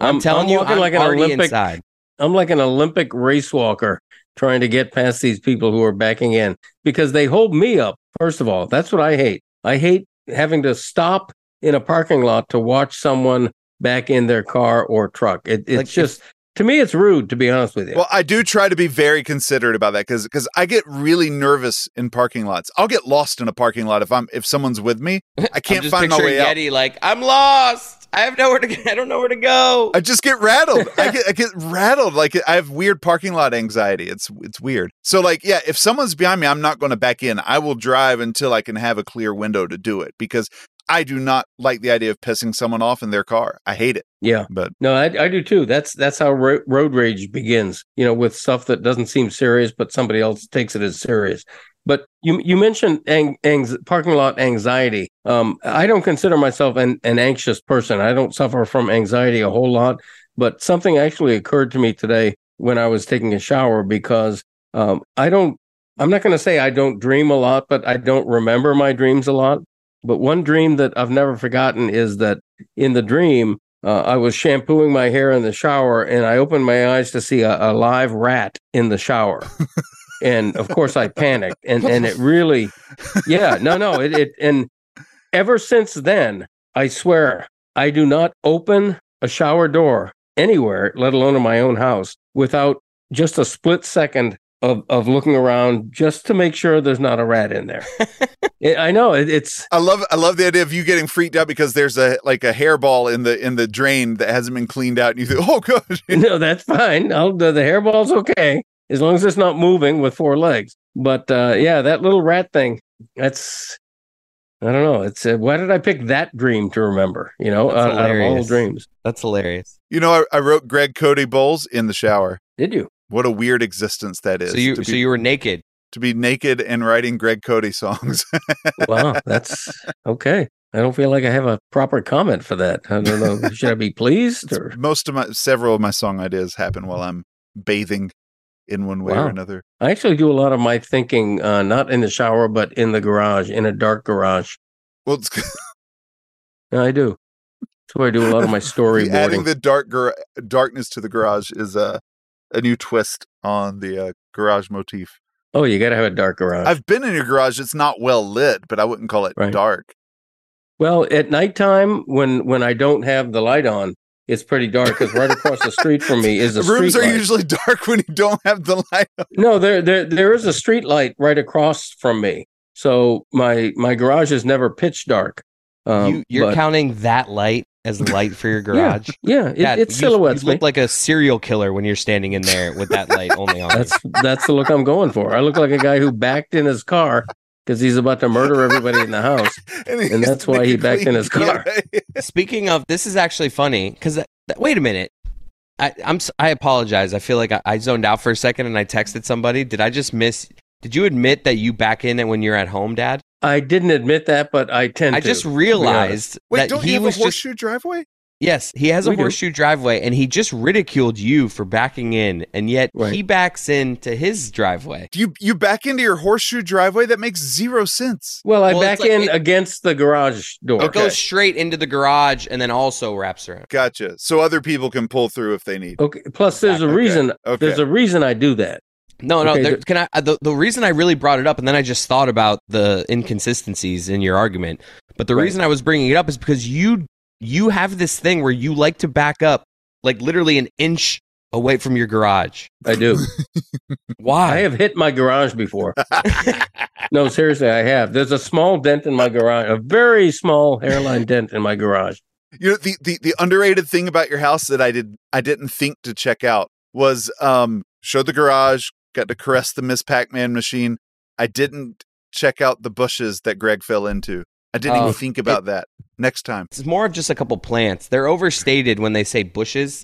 S3: I'm telling you,
S7: walking
S3: I'm
S7: like an
S3: already
S7: Olympic.
S3: inside.
S7: I'm like an Olympic race walker trying to get past these people who are backing in because they hold me up. First of all, that's what I hate. I hate having to stop in a parking lot to watch someone back in their car or truck. It, it's
S3: Like, if-
S7: just to me, it's rude. To be honest with you,
S5: Well, I do try to be very considerate about that because I get really nervous in parking lots. I'll get lost in a parking lot if I'm if someone's with me. I
S3: I'm
S5: can't
S3: just
S5: find my
S3: picturing
S5: way out.
S3: Yeti like I'm lost. I have nowhere to. go. I don't know where to go.
S5: I just get rattled. I get I get rattled. Like I have weird parking lot anxiety. It's it's weird. So like yeah, if someone's behind me, I'm not going to back in. I will drive until I can have a clear window to do it because I do not like the idea of pissing someone off in their car. I hate it.
S7: yeah.
S5: But
S7: No, I, I do too. That's that's how ro- road rage begins. You know, with stuff that doesn't seem serious, but somebody else takes it as serious. But you you mentioned ang- anx- parking lot anxiety. Um, I don't consider myself an, an anxious person. I don't suffer from anxiety a whole lot. But something actually occurred to me today when I was taking a shower because um, I don't. I'm not going to say I don't dream a lot, but I don't remember my dreams a lot. But one dream that I've never forgotten is that in the dream, uh, I was shampooing my hair in the shower and I opened my eyes to see a, a live rat in the shower. and of course I panicked and, and it really, yeah, no, no. It, it, and ever since then, I swear I do not open a shower door anywhere, let alone in my own house without just a split second of, of looking around just to make sure there's not a rat in there. Yeah, I know it, it's,
S5: I love I love the idea of you getting freaked out because there's a like a hairball in the in the drain that hasn't been cleaned out, and you think, oh gosh,
S7: no, that's fine. I'll, the, the hairball's okay as long as it's not moving with four legs. But uh, yeah, that little rat thing. That's I don't know. It's uh, why did I pick that dream to remember? You know,
S3: That's
S7: out, out of all
S3: hilarious.
S7: dreams.
S3: That's hilarious.
S5: you know, I, I wrote Greg Cody Bowles in the shower.
S7: Did you?
S5: What a weird existence that is.
S3: So you
S5: to be,
S3: so you were naked.
S5: to be naked and writing Greg Cody songs.
S7: Wow, that's okay. I don't feel like I have a proper comment for that. I don't know. Should I be pleased or
S5: Most of my several of my song ideas happen while I'm bathing. in one way
S7: Wow.
S5: or another.
S7: I actually do a lot of my thinking, uh, not in the shower, but in the garage, in a dark garage.
S5: Well, it's
S7: Yeah, I do. That's where I do a lot of my
S5: the- adding
S7: storyboarding.
S5: the dark gar- darkness to the garage is a a new twist on the uh, garage motif.
S7: oh, you got to have a dark garage.
S5: I've been in your garage; it's not well lit, but I wouldn't call it
S7: Right.
S5: dark.
S7: well, at nighttime, when when I don't have the light on, it's pretty dark because right across the street from me is a
S5: Rooms
S7: street
S5: are
S7: light.
S5: usually dark when you don't have the light. on.
S7: No, there there there is a street light right across from me. So my my garage is never pitch dark. Um,
S3: you, you're
S7: but-
S3: counting that light as light for your garage.
S7: yeah, it,
S3: God,
S7: it
S3: you-
S7: silhouettes
S3: you look
S7: me.
S3: like a serial killer when you're standing in there with that light only on.
S7: that's that's the look I'm going for. I look like a guy who backed in his car because he's about to murder everybody in the house.
S5: he
S7: And
S5: has
S7: that's
S5: to
S7: why
S5: make
S7: he
S5: it
S7: backed in
S5: clean.
S7: his car.
S5: Yeah.
S3: Speaking of, this is actually funny because wait a minute. I, I'm s- I apologize. I feel like I, I zoned out for a second and I texted somebody. Did I just miss? Did you admit that you back in it when you're at home, Dad?
S7: I didn't admit that, but I tend
S3: I
S7: to.
S3: just
S7: to be honest.
S3: realized
S5: Wait,
S3: that
S5: don't
S3: he
S5: you have a
S3: was just
S5: horseshoe driveway?
S3: Yes, he has
S7: We
S3: a
S7: do.
S3: horseshoe driveway, and he just ridiculed you for backing in, and yet
S7: Right.
S3: he backs into his driveway.
S5: Do you you back into your horseshoe driveway? That makes zero sense.
S7: Well, I
S3: Well, it's
S7: back
S3: like
S7: in
S3: it-
S7: against the garage door.
S3: It goes straight into the garage and then also wraps around.
S5: Gotcha. So other people can pull through if they need.
S7: Okay. Plus, there's a
S5: Okay,
S7: reason.
S5: okay.
S7: There's a reason I do that.
S3: No, no.
S7: Okay,
S3: there,
S7: the-
S3: can I? uh, The, the reason I really brought it up, and then I just thought about the inconsistencies in your argument. But the
S7: Right.
S3: reason I was bringing it up is because you you have this thing where you like to back up like literally an inch away from your garage.
S7: I do. I
S3: Why?
S7: have hit my garage before. no, seriously, I have. There's a small dent in my garage, a very small hairline dent in my garage.
S5: You know the, the the underrated thing about your house that I did I didn't think to check out was um showed the garage, got to caress the Miss Pac-Man machine. I didn't check out the bushes that Greg fell into. I didn't
S3: Oh,
S5: even think about that. Next time.
S3: it's more of just a couple plants. They're overstated when they say bushes.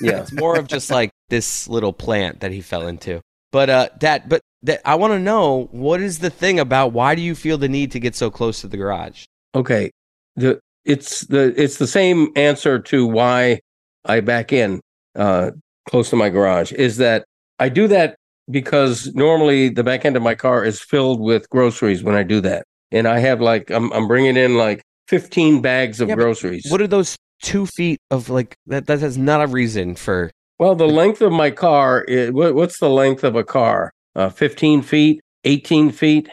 S7: Yeah.
S3: It's more of just like this little plant that he fell into. But uh that but that I want to know what is the thing about why do you feel the need to get so close to the garage?
S7: Okay. The it's the it's the same answer to why I back in uh close to my garage is that I do that because normally the back end of my car is filled with groceries when I do that. And I have like I'm I'm bringing in like 15 bags of
S3: Yeah, but
S7: groceries.
S3: What are those 2 feet of like that that is not a reason for
S7: Well, the length of my car. i what, what's the length of a car? Uh, Fifteen feet, eighteen feet,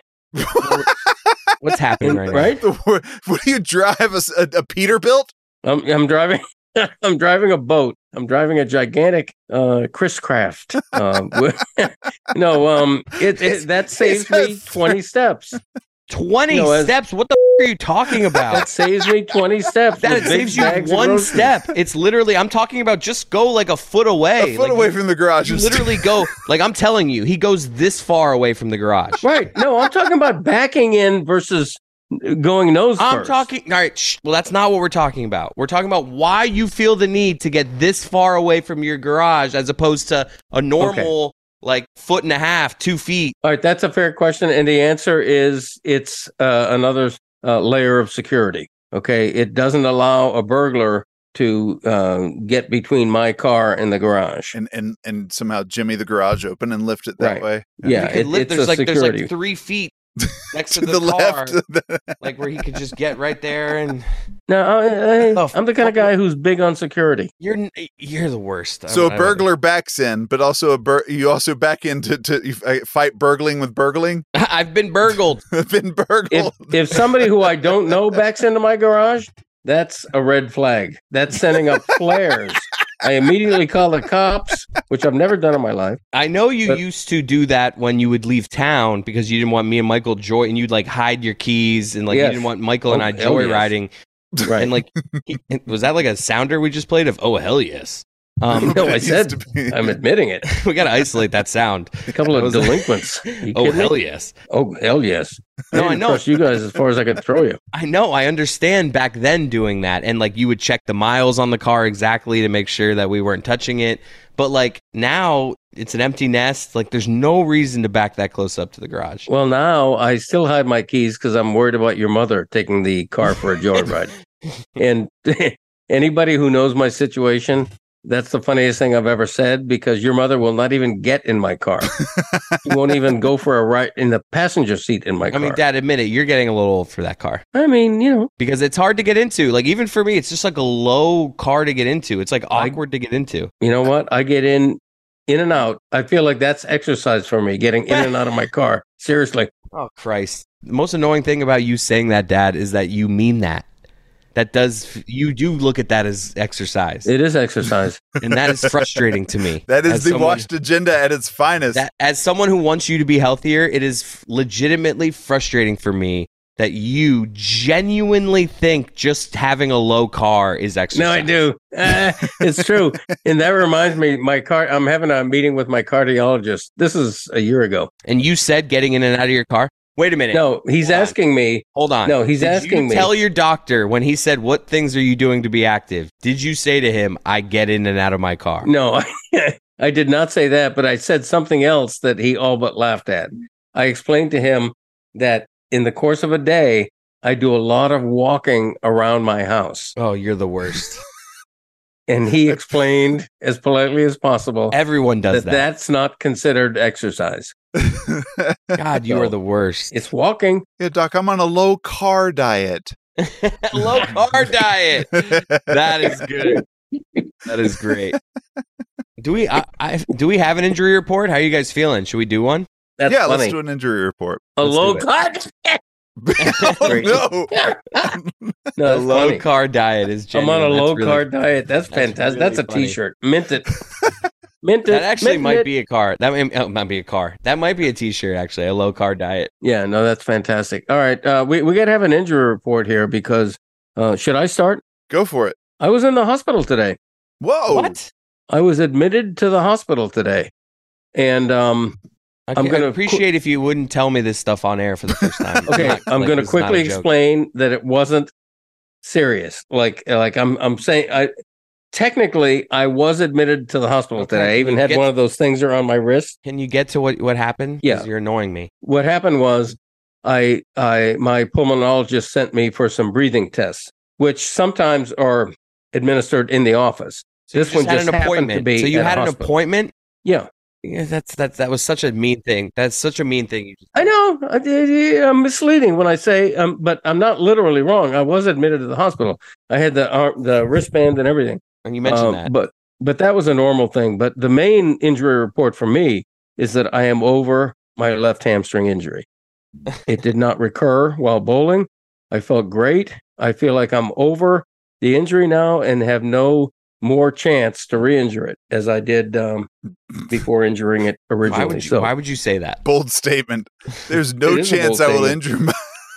S3: what's happening right,
S7: right?
S5: The wor- what do you drive a, s- a- a Peterbilt?
S7: I'm, I'm driving. I'm driving a boat. I'm driving a gigantic uh, Chris Craft. Uh, wi- no, um, it,
S5: It's-
S7: it that saves
S5: it's a
S7: me twenty steps.
S3: now? 20
S7: No, as-
S3: steps. What the f- are you talking
S7: That
S3: about?
S7: saves me twenty steps.
S3: that
S7: with
S3: it
S7: big
S3: saves you
S7: bags of
S3: one
S7: groceries.
S3: step. It's literally I'm talking about just go like a foot away.
S5: a foot
S3: Like,
S5: away
S3: you-
S5: from the garage.
S3: you
S5: is-
S3: literally go like I'm telling you, he goes this far away from the garage.
S7: Right? No, I'm talking about backing in versus going nose.
S3: I'm
S7: first.
S3: talking. All right. Shh, well, that's not what we're talking about. We're talking about why you feel the need to get this far away from your garage as opposed to a normal, like, foot and a half, two feet.
S7: All right, that's a fair question, and the answer is it's uh, another uh, layer of security. Okay, it doesn't allow a burglar to um, get between my car and the garage.
S5: and and and somehow jimmy the garage open and lift it that
S7: Right.
S5: way.
S7: Yeah,
S3: Could
S7: it,
S3: live-
S7: it's
S3: there's
S7: a
S3: like
S7: security.
S3: there's like three feet next to,
S5: to
S3: the,
S5: the,
S3: car,
S5: left.
S3: like where he could just get right there. And
S7: no, I,
S3: The
S7: I, I'm the kind of guy who's big on security.
S3: you're n- you're the worst.
S5: so
S3: I-
S5: a
S3: I-
S5: burglar backs in, but also a bur- you also back in to, to you f- uh, fight burgling with burgling.
S3: I've been burgled.
S5: been
S7: If
S5: burgled.
S7: if somebody who I don't know backs into my garage, that's a red flag. That's sending up flares. I immediately call the cops, which I've never done in my life.
S3: I know you
S7: But-
S3: used to do that when you would leave town because you didn't want me and Michael joy, and you'd like hide your keys, and like you
S7: Yes.
S3: didn't want Michael and
S7: Oh,
S3: I
S7: hell yes.
S3: joyriding.
S7: Right?
S3: And like, he, and was that like a sounder we just played of? Oh hell yes. Um,
S7: no, I
S5: It used
S7: said-
S5: to be-
S7: I'm admitting it.
S3: we gotta isolate that sound.
S7: A couple of
S3: Was-
S7: delinquents. You
S3: Oh
S7: kidding me?
S3: hell yes.
S7: Oh hell yes!
S3: No,
S7: I,
S3: I
S7: didn't
S3: know.
S7: trust you guys as far as I could throw you.
S3: I know. I understand back then doing that, and like you would check the miles on the car exactly to make sure that we weren't touching it. But like now, it's an empty nest. Like there's no reason to back that close up to the garage.
S7: Well, now I still hide my keys because I'm worried about your mother taking the car for a joyride. and anybody who knows my situation That's the funniest thing I've ever said because your mother will not even get in my car. she won't even go for a ride in the passenger seat in my
S3: I
S7: car.
S3: mean, Dad, admit it, you're getting a little old for that car
S7: I mean, you know,
S3: because it's hard to get into. Like even for me, it's just like a low car to get into. It's like awkward to get into.
S7: you know what? I get in, in and out. I feel like that's exercise for me, getting in and out of my car. Seriously,
S3: Oh Christ! The most annoying thing about you saying that, Dad, is that you mean that. That does you do look at that as exercise,
S7: it is exercise.
S3: and that is frustrating to me.
S5: That is
S3: As
S5: the
S3: someone-
S5: watched agenda at its finest.
S3: That, as someone who wants you to be healthier, it is f- legitimately frustrating for me that you genuinely think just having a low car is exercise.
S7: No, I do. Uh, it's true. and that reminds me, my car. I'm having a meeting with my cardiologist. This is a year ago.
S3: And you said getting in and out of your car. Wait a minute.
S7: No, he's
S3: Hold on.
S7: asking me.
S3: hold on.
S7: No, he's
S3: Did
S7: asking
S3: you
S7: me.
S3: Tell your doctor when he said, "What things are you doing to be active?" Did you say to him, "I get in and out of my car"?
S7: No, I did not say that, but I said something else that he all but laughed at. I explained to him that in the course of a day, I do a lot of walking around my house.
S3: Oh, you're the worst.
S7: And he explained as politely as possible
S3: Everyone does
S7: that
S3: that.
S7: that's not considered exercise.
S3: God, you are the worst.
S7: It's walking.
S5: yeah, Doc, I'm on a low car diet.
S3: Low car diet. That is good. That is great. Do we I, I, do we have an injury report? How are you guys feeling? Should we do one?
S7: That's
S5: yeah,
S7: funny.
S5: let's do an injury report.
S7: a
S3: let's
S7: low
S3: do it.
S7: cut.
S5: oh, no.
S7: No,
S3: A
S7: that's
S3: low
S7: funny.
S3: car diet is.
S7: I'm
S3: Genuine.
S7: on a
S3: That's
S7: low
S3: really-
S7: car diet. That's,
S3: that's
S7: fantastic.
S3: really
S7: that's a
S3: funny.
S7: t-shirt. Mint it. Mint it.
S3: That actually
S7: mint
S3: might
S7: it.
S3: be a car. That may, oh, might be a car. That might be a T-shirt. Actually, a low car diet.
S7: Yeah, no, that's fantastic. All right, uh, we we gotta have an injury report here because uh, should I start?
S5: Go for it.
S7: I was in the hospital today.
S5: Whoa.
S3: What?
S7: I was admitted to the hospital today, and um,
S3: I
S7: I'm
S3: I'm
S7: gonna
S3: gonna appreciate if you wouldn't tell me this stuff on air for the first time. It's
S7: okay,
S3: not-
S7: I'm
S3: like,
S7: gonna
S3: it's not a
S7: quickly
S3: joke.
S7: explain that it wasn't serious. Like like I'm I'm saying I technically I was admitted to the hospital
S3: Okay,
S7: today. I even had
S3: get-
S7: one of those things around my wrist.
S3: Can you get to what what happened? 'Cause
S7: Yeah.
S3: you're annoying me.
S7: What happened was I I my pulmonologist sent me for some breathing tests, which sometimes are administered in the office.
S3: So you
S7: This one
S3: had
S7: just
S3: an
S7: happened to
S3: appointment.
S7: be
S3: so you
S7: at a
S3: had an
S7: hospital.
S3: appointment.
S7: Yeah,
S3: Yeah, that's that's that was such a mean thing. That's such a mean thing. You just-
S7: I know. I, I- I'm misleading when I say, um, but I'm not literally wrong. I was admitted to the hospital. I had the arm, the wristband, and everything.
S3: and you mentioned
S7: Um,
S3: that.
S7: but but that was a normal thing. But the main injury report for me is that I am over my left hamstring injury. it did not recur while bowling. I felt great. I feel like I'm over the injury now and have no more chance to re-injure it as I did um, before injuring it
S3: Why
S7: originally.
S3: would you?
S7: so
S3: why would you say that?
S5: Bold statement. There's no
S7: It is a bold
S5: chance I will
S7: statement.
S5: injure my.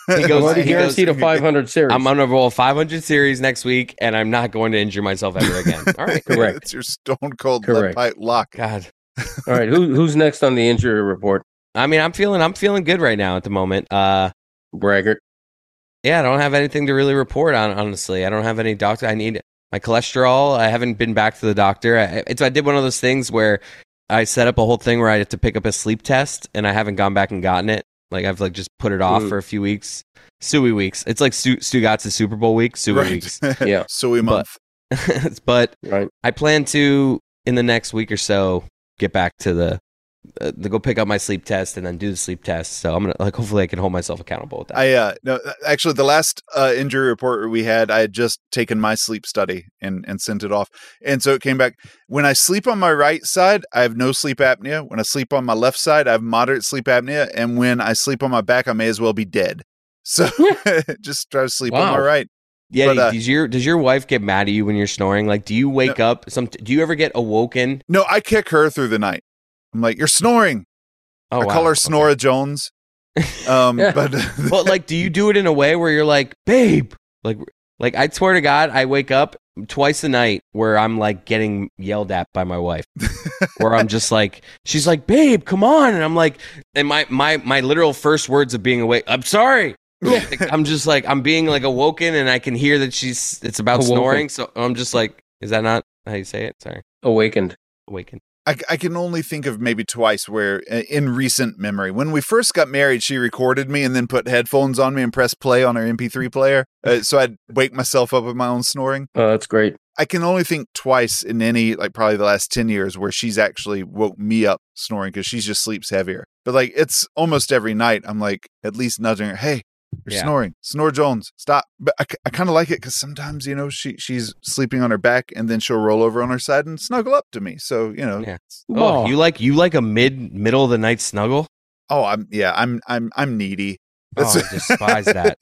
S3: He
S7: I'm
S3: goes-
S7: already
S3: he goes-
S7: guaranteed a 500 series.
S3: I'm on a roll 500 series next week, and I'm not going to injure myself ever again. All right.
S7: Correct.
S5: it's your stone cold
S7: Correct.
S5: left pipe lock.
S3: God.
S7: All right, who, who's next on the injury report?
S3: I mean, I'm feeling I'm feeling good right now at the moment. Uh,
S7: Braggart.
S3: yeah, I don't have anything to really report on. Honestly, I don't have any doctor. I need my cholesterol. I haven't been back to the doctor. I, it's I did one of those things where I set up a whole thing where I had to pick up a sleep test, and I haven't gone back and gotten it. Like I've like just put it off
S7: Mhm.
S3: for a few weeks. Suey weeks. It's like Stu, Stu Gott's Super Bowl week. Suey weeks.
S7: Yeah.
S5: Suey
S3: But-
S5: month.
S3: but
S7: Right.
S3: I plan to in the next week or so get back to the uh, to go pick up my sleep test and then do the sleep test. So I'm gonna like hopefully I can hold myself accountable with that.
S5: I uh no actually the last uh injury report we had I had just taken my sleep study and and sent it off. And so it came back when I sleep on my right side I have no sleep apnea. When I sleep on my left side I have moderate sleep apnea and when I sleep on my back I may as well be dead. So just try to sleep on my
S7: Wow.
S5: right.
S3: yeah,
S5: but, uh,
S3: does your does your wife get mad at you when you're snoring? Like, do you wake up? Some do you ever get awoken?
S5: No, I kick her through the night. I'm like you're snoring.
S3: Oh,
S5: I
S3: wow.
S5: call her
S3: Okay.
S5: Snora Jones. Um but
S3: but like, do you do it in a way where you're like, babe? Like, like I swear to God, I wake up twice a night where I'm like getting yelled at by my wife, where I'm just like, she's like, babe, come on, and I'm like, and my my my literal first words of being awake, I'm sorry. Like, I'm just like I'm being like awoken, and I can hear that she's it's about
S7: Awoken.
S3: snoring. So I'm just like, is that not how you say it? Sorry,
S7: Awakened.
S3: awaken.
S5: I, I can only think of maybe twice where uh, in recent memory when we first got married she recorded me and then put headphones on me and pressed play on her mp3 player uh, so i'd wake myself up with my own snoring
S7: Oh, that's great.
S5: I can only think twice in any like probably the last 10 years where she's actually woke me up snoring because she just sleeps heavier. But like it's almost every night I'm like at least nudging her, "Hey, you're
S3: Yeah.
S5: snoring. Snore Jones, stop." But I, kind of like it cuz sometimes, you know, she she's sleeping on her back and then she'll roll over on her side and snuggle up to me. So, you know,
S3: Yeah.
S7: Oh,
S3: Oh, you like you like a mid middle of the night snuggle?
S5: oh, I'm yeah, I'm I'm I'm needy.
S3: Oh, I despise that.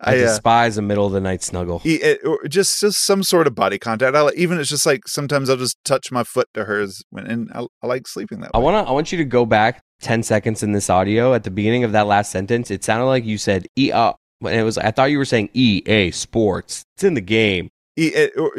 S3: I,
S5: I, uh,
S3: despise a middle of the night snuggle.
S5: E- it- or just just some sort of body contact. I like, even it's just like sometimes I'll just touch my foot to hers when and I, I like sleeping that
S3: I
S5: way.
S3: want to. I want you to go back ten seconds in this audio. At the beginning of that last sentence, it sounded like you said "e uh," when it was. I thought you were saying "EA Sports." It's in the game.
S5: E- it- or-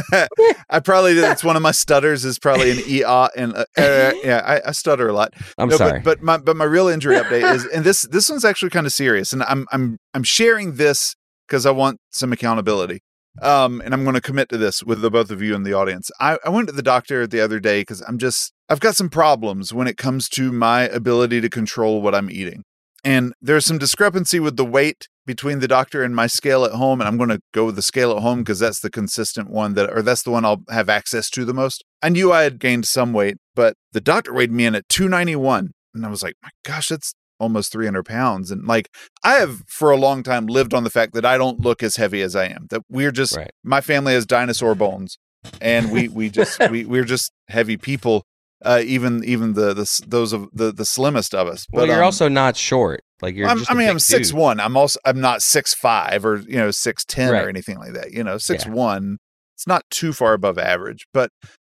S5: I probably did. It's one of my stutters is probably an e ah and uh, uh, yeah. I, I stutter a lot.
S3: I'm
S5: No,
S3: sorry.
S5: But, but my but my real injury update is, and this this one's actually kind of serious, and I'm I'm I'm sharing this because I want some accountability. Um, and I'm going to commit to this with the both of you in the audience. I, I went to the doctor the other day because I'm just I've got some problems when it comes to my ability to control what I'm eating, and there's some discrepancy with the weight between the doctor and my scale at home. And I'm going to go with the scale at home because that's the consistent one that, or that's the one I'll have access to the most. I knew I had gained some weight, but the doctor weighed me in at 291, and I was like, my gosh, that's almost 300 pounds. And like, I have for a long time lived on the fact that I don't look as heavy as I am. That we're just
S3: Right.
S5: my family has dinosaur bones, and we we just we we're just heavy people. Uh, even even the the s- those of the the slimmest of us.
S3: well,
S5: But,
S3: you're
S5: um,
S3: also not short. Like you're.
S5: I'm,
S3: just
S5: I
S3: a
S5: mean,
S3: big
S5: I'm six
S3: dude.
S5: one. I'm also I'm not six five or you know six ten
S3: Right.
S5: or anything like that. You know, six one. It's not too far above average, but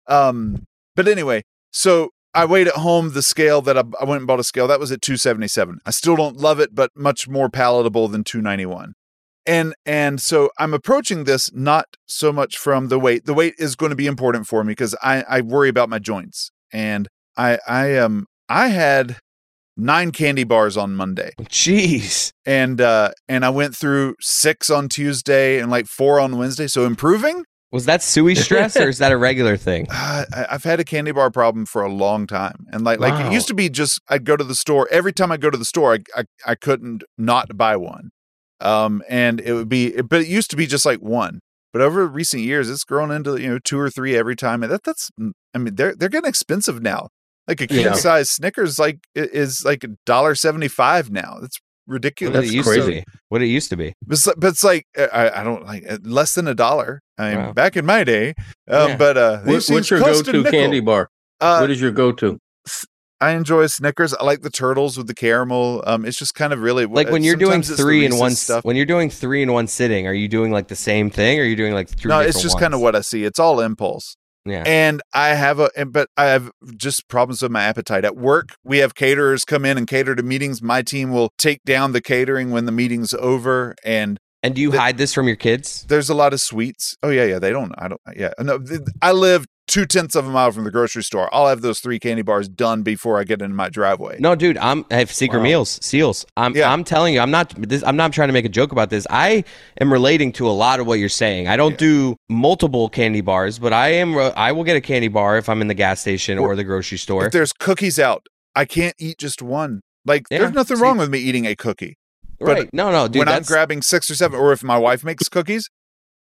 S5: um, but anyway, so I weighed at home the scale that I, I went and bought a scale that was at two seventy seven. I still don't love it, but much more palatable than two ninety one. And and so I'm approaching this not so much from the weight. The weight is going to be important for me because I I worry about my joints and I I um I had nine candy bars on Monday
S3: Jeez.
S5: and uh and I went through six on Tuesday and like four on Wednesday. So improving.
S3: Was that Suey stress or is that a regular thing?
S5: Uh, I, I've had a candy bar problem for a long time, and like like
S7: Wow.
S5: it used to be just I'd go to the store every time I go to the store I I, I couldn't not buy one, um and it would be but it used to be just like one. But over recent years, it's grown into you know two or three every time, and that that's mm, I mean they're they're getting expensive now. Like a kid
S7: Yeah.
S5: size Snickers like i- is like a dollar seventy five now. That's
S3: What
S5: ridiculous.
S3: it used
S5: So-
S3: To be. What it used to be.
S5: But it's, but it's like uh, I, I don't like uh, less than a dollar. I mean,
S3: Wow.
S5: back in my day, um,
S3: Yeah.
S5: but uh,
S7: What-
S5: these things
S7: what's your
S5: cost a
S7: go-to
S5: nickel.
S7: candy bar?
S5: Uh,
S7: what is your go-to?
S5: I enjoy Snickers. I like the turtles with the caramel. Um, it's just kind of really
S3: Like when
S5: uh,
S3: you're doing
S5: sometimes it's the
S3: three in
S5: Reese's
S3: one s-
S5: stuff.
S3: when you're doing three in one sitting, are you doing like the same thing? Or are you doing like three?
S5: No, it's
S3: different
S5: just kind of
S3: ones?
S5: what I see. It's all impulse.
S3: Yeah.
S5: And I have a, and, but I have just problems with my appetite. At work, we have caterers come in and cater to meetings. My team will take down the catering when the meeting's over, and
S3: And do you
S5: the-
S3: hide this from your kids?
S5: there's a lot of sweets. Oh yeah, yeah. They don't. I don't. Yeah. No. th- I live two tenths of a mile from the grocery store. I'll have those three candy bars done before I get into my driveway.
S3: No, dude, I'm I have secret
S7: Wow.
S3: meals, seals. I'm
S5: Yeah.
S3: I'm telling you, I'm not this I'm not trying to make a joke about this. I am relating to a lot of what you're saying. I don't do multiple candy bars, but I am I will get a candy bar if I'm in the gas station or,
S5: Or-
S3: the grocery store.
S5: If there's cookies out, I can't eat just one. Like
S3: Yeah,
S5: there's nothing
S3: see-
S5: wrong with me eating a cookie. but
S3: Right. No, no, dude,
S5: when I'm
S3: that's
S5: grabbing six or seven, or if my wife makes cookies,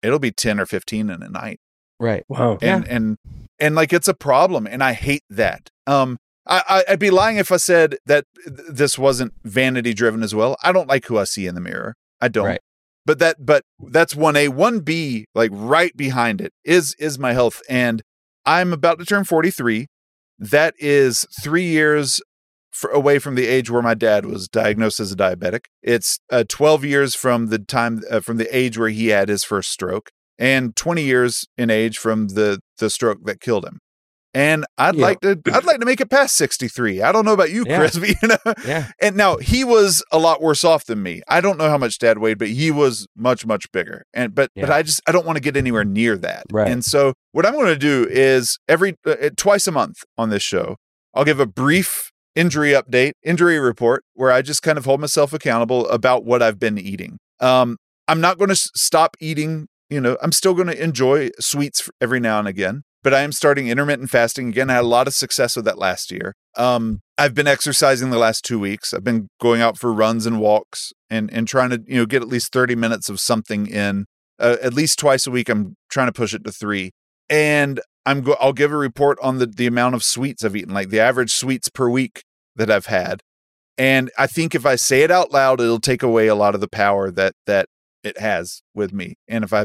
S5: it'll be ten or fifteen in a night.
S3: right.
S7: Wow.
S5: and and and like it's a problem and i hate that um I, I i'd be lying if i said that th- this wasn't vanity driven as well i don't like who i see in the mirror i don't
S3: Right.
S5: but that but that's 1a 1b like right behind it is is my health and i'm about to turn 43 that is three years f away from the age where my dad was diagnosed as a diabetic it's uh, 12 years from the time uh, from the age where he had his first stroke and 20 years in age from the the stroke that killed him. And I'd
S7: Yeah.
S5: like to I'd like to make it past 63. I don't know about you,
S3: Yeah.
S5: Chris, but you know.
S3: Yeah.
S5: And now he was a lot worse off than me. I don't know how much dad weighed, but he was much much bigger. And but but
S3: Yeah.
S5: I just I don't want to get anywhere near that.
S3: Right.
S5: And so what I'm going to do is every uh, uh, twice a month on this show, I'll give a brief injury update, injury report where I just kind of hold myself accountable about what I've been eating. Um I'm not going to s- stop eating. You know, I'm still going to enjoy sweets f- every now and again, but I am starting intermittent fasting again. I had a lot of success with that last year. Um, I've been exercising the last two weeks. I've been going out for runs and walks and and trying to you know get at least 30 minutes of something in. uh, at least twice a week. I'm trying to push it to three, and I'm go- I'll give a report on the the amount of sweets I've eaten, like the average sweets per week that I've had. And I think if I say it out loud, it'll take away a lot of the power that that it has with me. And if I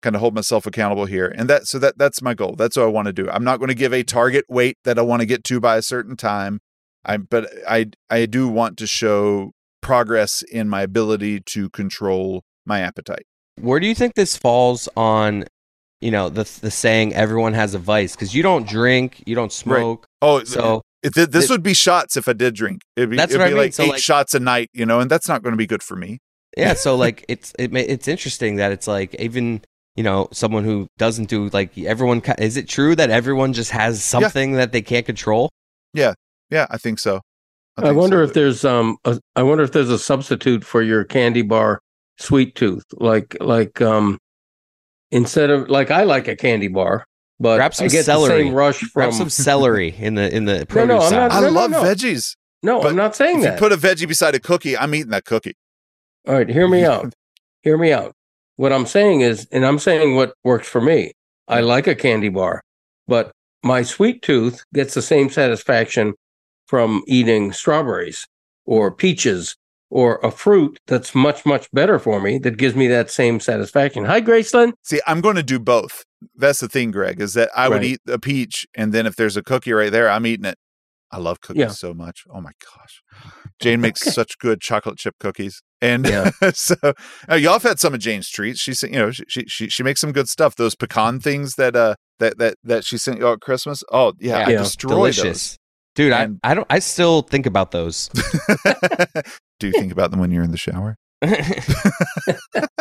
S5: kind of hold myself accountable here, and that so that that's my goal. That's what I want to do. I'm not going to give a target weight that I want to get to by a certain time. I but I I do want to show progress in my ability to control my appetite.
S3: Where do you think this falls on, you know, the the saying everyone has a vice? Because you don't drink, you don't smoke,
S5: Oh, so
S3: so
S5: it, th- this
S3: it-
S5: would be shots if I did drink. It'd be,
S3: That's
S5: it'd
S3: what I
S5: be
S3: mean.
S5: like
S3: So,
S5: eight
S3: like-
S5: shots a night, you know, and that's not going to be good for me.
S3: yeah. So like it's it ma- it's interesting that it's like even you know someone who doesn't do like everyone. ki- Is it true that everyone just has something that they can't control?
S5: Yeah, I think so.
S7: I,
S5: think
S7: wonder
S5: so.
S7: if there's um a, I wonder if there's a substitute for your candy bar sweet tooth like like um instead of like I like a candy bar but
S3: Grab some
S7: I get the
S3: celery.
S7: same rush from
S3: Grab some celery in the in the
S7: No,
S3: produce
S7: no,
S3: aisle.
S7: I'm not-
S5: I
S7: No, no,
S5: love
S7: no.
S5: veggies.
S7: No,
S5: but
S7: I'm not saying
S5: If you
S7: that.
S5: put a veggie beside a cookie, I'm eating that cookie.
S7: All right, hear me out. Hear me out. What I'm saying is, and I'm saying what works for me. I like a candy bar, but my sweet tooth gets the same satisfaction from eating strawberries or peaches or a fruit that's much, much better for me that gives me that same satisfaction. Hi, Graceland.
S5: See, I'm going to do both. That's the thing, Greg, is that I would
S7: Right.
S5: eat a peach, and then if there's a cookie right there, I'm eating it. I love cookies
S7: Yeah.
S5: so much. Oh my gosh, Jane makes such good chocolate chip cookies, and
S7: Yeah.
S5: so uh, y'all have had some of Jane's treats. She sent, you know, she, she she she makes some good stuff. Those pecan things that uh that that that she sent y'all at Christmas. Oh yeah, I
S7: Yeah.
S5: destroy
S3: Delicious, dude. I,
S5: And-
S3: I don't. I still think about those.
S5: those. do you think about them when you're in the shower?
S3: do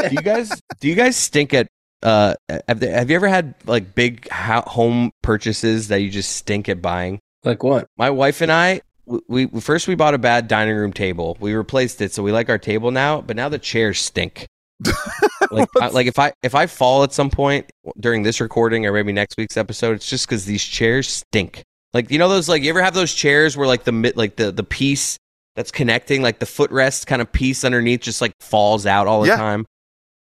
S3: you guys do you guys stink at uh have, the- have you ever had like big ho- home purchases that you just stink at buying
S7: Like what?
S3: my wife and i we, we first we bought a bad dining room table we replaced it so we like our table now but now the chairs stink like I, like if i if i fall at some point during this recording or maybe next week's episode it's just because these chairs stink like you know those like you ever have those chairs where like the mid like the the piece that's connecting like the footrest kind of piece underneath just like falls out all the
S5: Yeah.
S3: time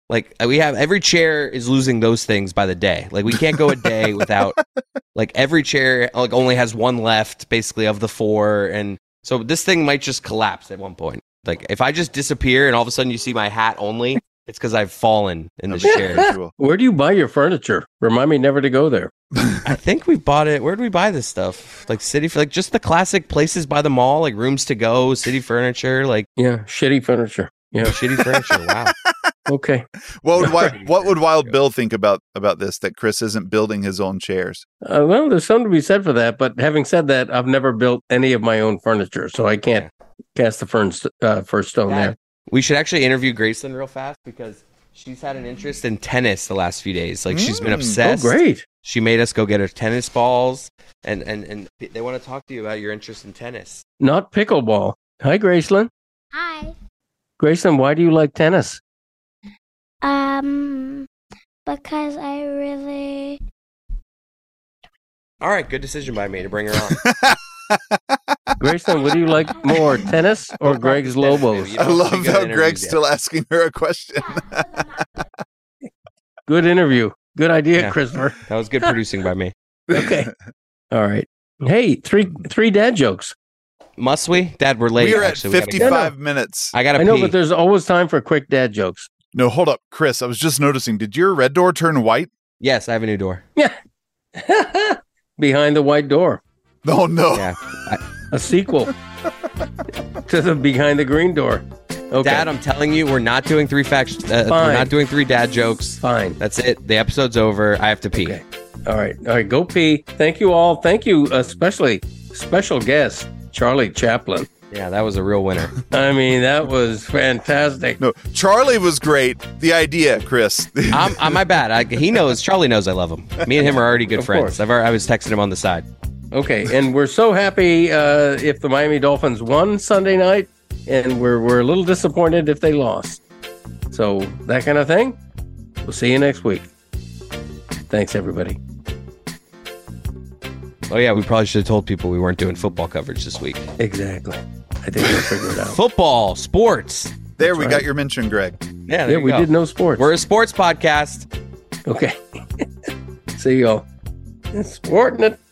S3: like uh, we have every chair is losing those things by the day like we can't go a day without like every chair like only has one left basically of the four and so this thing might just collapse at one point like if i just disappear and all of a sudden you see my hat only it's because i've fallen in this
S5: That'd be
S3: chair
S5: cool.
S7: Where do you buy your furniture? Remind me never to go there.
S3: i think we bought it where did we buy this stuff like city like just the classic places by the mall like rooms to go city furniture like
S7: Yeah, shitty furniture. Yeah.
S3: shitty furniture wow
S7: Okay.
S5: What would Wild, what would Wild Bill think about about this? That Chris isn't building his own chairs.
S7: Uh, well, there's something to be said for that. But having said that, I've never built any of my own furniture, so I can't cast the first, uh, first stone
S3: Yeah.
S7: there.
S3: We should actually interview Graceland real fast because she's had an interest in tennis the last few days. Like she's been
S5: Mm.
S7: Oh,
S3: obsessed.
S7: great.
S3: She made us go get her tennis balls, and and and they want to talk to you about your interest in tennis.
S7: Not pickleball. Hi, Graceland.
S8: Hi.
S7: Graceland, why do you like tennis?
S8: Um, because I really.
S3: All right, good decision by me to bring her on.
S7: Graceland, what do you like more, tennis or Greg's
S3: Tennis,
S7: Lobos?
S3: baby. You
S5: I
S3: don't
S5: love
S3: think of
S5: how
S3: interviews
S5: Greg's
S3: yet.
S5: still asking her a question.
S7: Good interview. Good idea,
S3: Yeah.
S7: Christopher.
S3: That was good producing by me.
S7: Okay. All right. Hey, three three dad jokes.
S3: Must we, Dad? We're late.
S5: we are at
S3: actually. We gotta go.
S5: 55 minutes.
S3: I gotta
S7: I know,
S3: pee.
S7: but there's always time for quick dad jokes.
S5: No, hold up, Chris. I was just noticing. Did your red door turn white?
S3: yes, I have a new door.
S7: Behind the white door,
S5: Oh no.
S3: Yeah,
S7: a sequel to the behind the green door. Okay.
S3: Dad, I'm telling you, we're not doing three facts. Uh, we're
S7: Fine.
S3: not doing three dad jokes.
S7: fine.
S3: That's it. The episode's over. I have to pee.
S7: Okay. All right. All right. Go pee. Thank you all. Thank you, uh, especially special guest, Charlie Chaplin.
S3: Yeah, that was a real winner.
S7: I mean, that was fantastic.
S5: No, Charlie was great. The idea, Chris.
S3: I'm, I'm my bad. I, he knows. Charlie knows I love him. Me and him are already good
S7: Of
S3: friends.
S7: course.
S3: I've already, I was texting him on the side.
S7: Okay. And we're so happy uh, if the Miami Dolphins won Sunday night, and we're, we're a little disappointed if they lost. So, that kind of thing. We'll see you next week. Thanks, everybody.
S3: Oh yeah, we probably should have told people we weren't doing football coverage this week.
S7: Exactly. I think we'll figure it out.
S3: Football, sports.
S5: There, we
S7: right.
S5: got your mention, Greg.
S3: Yeah, there
S7: Yeah,
S3: you
S7: we
S3: go.
S7: did no sports.
S3: We're a sports podcast.
S7: okay. See y'all. Sporting it.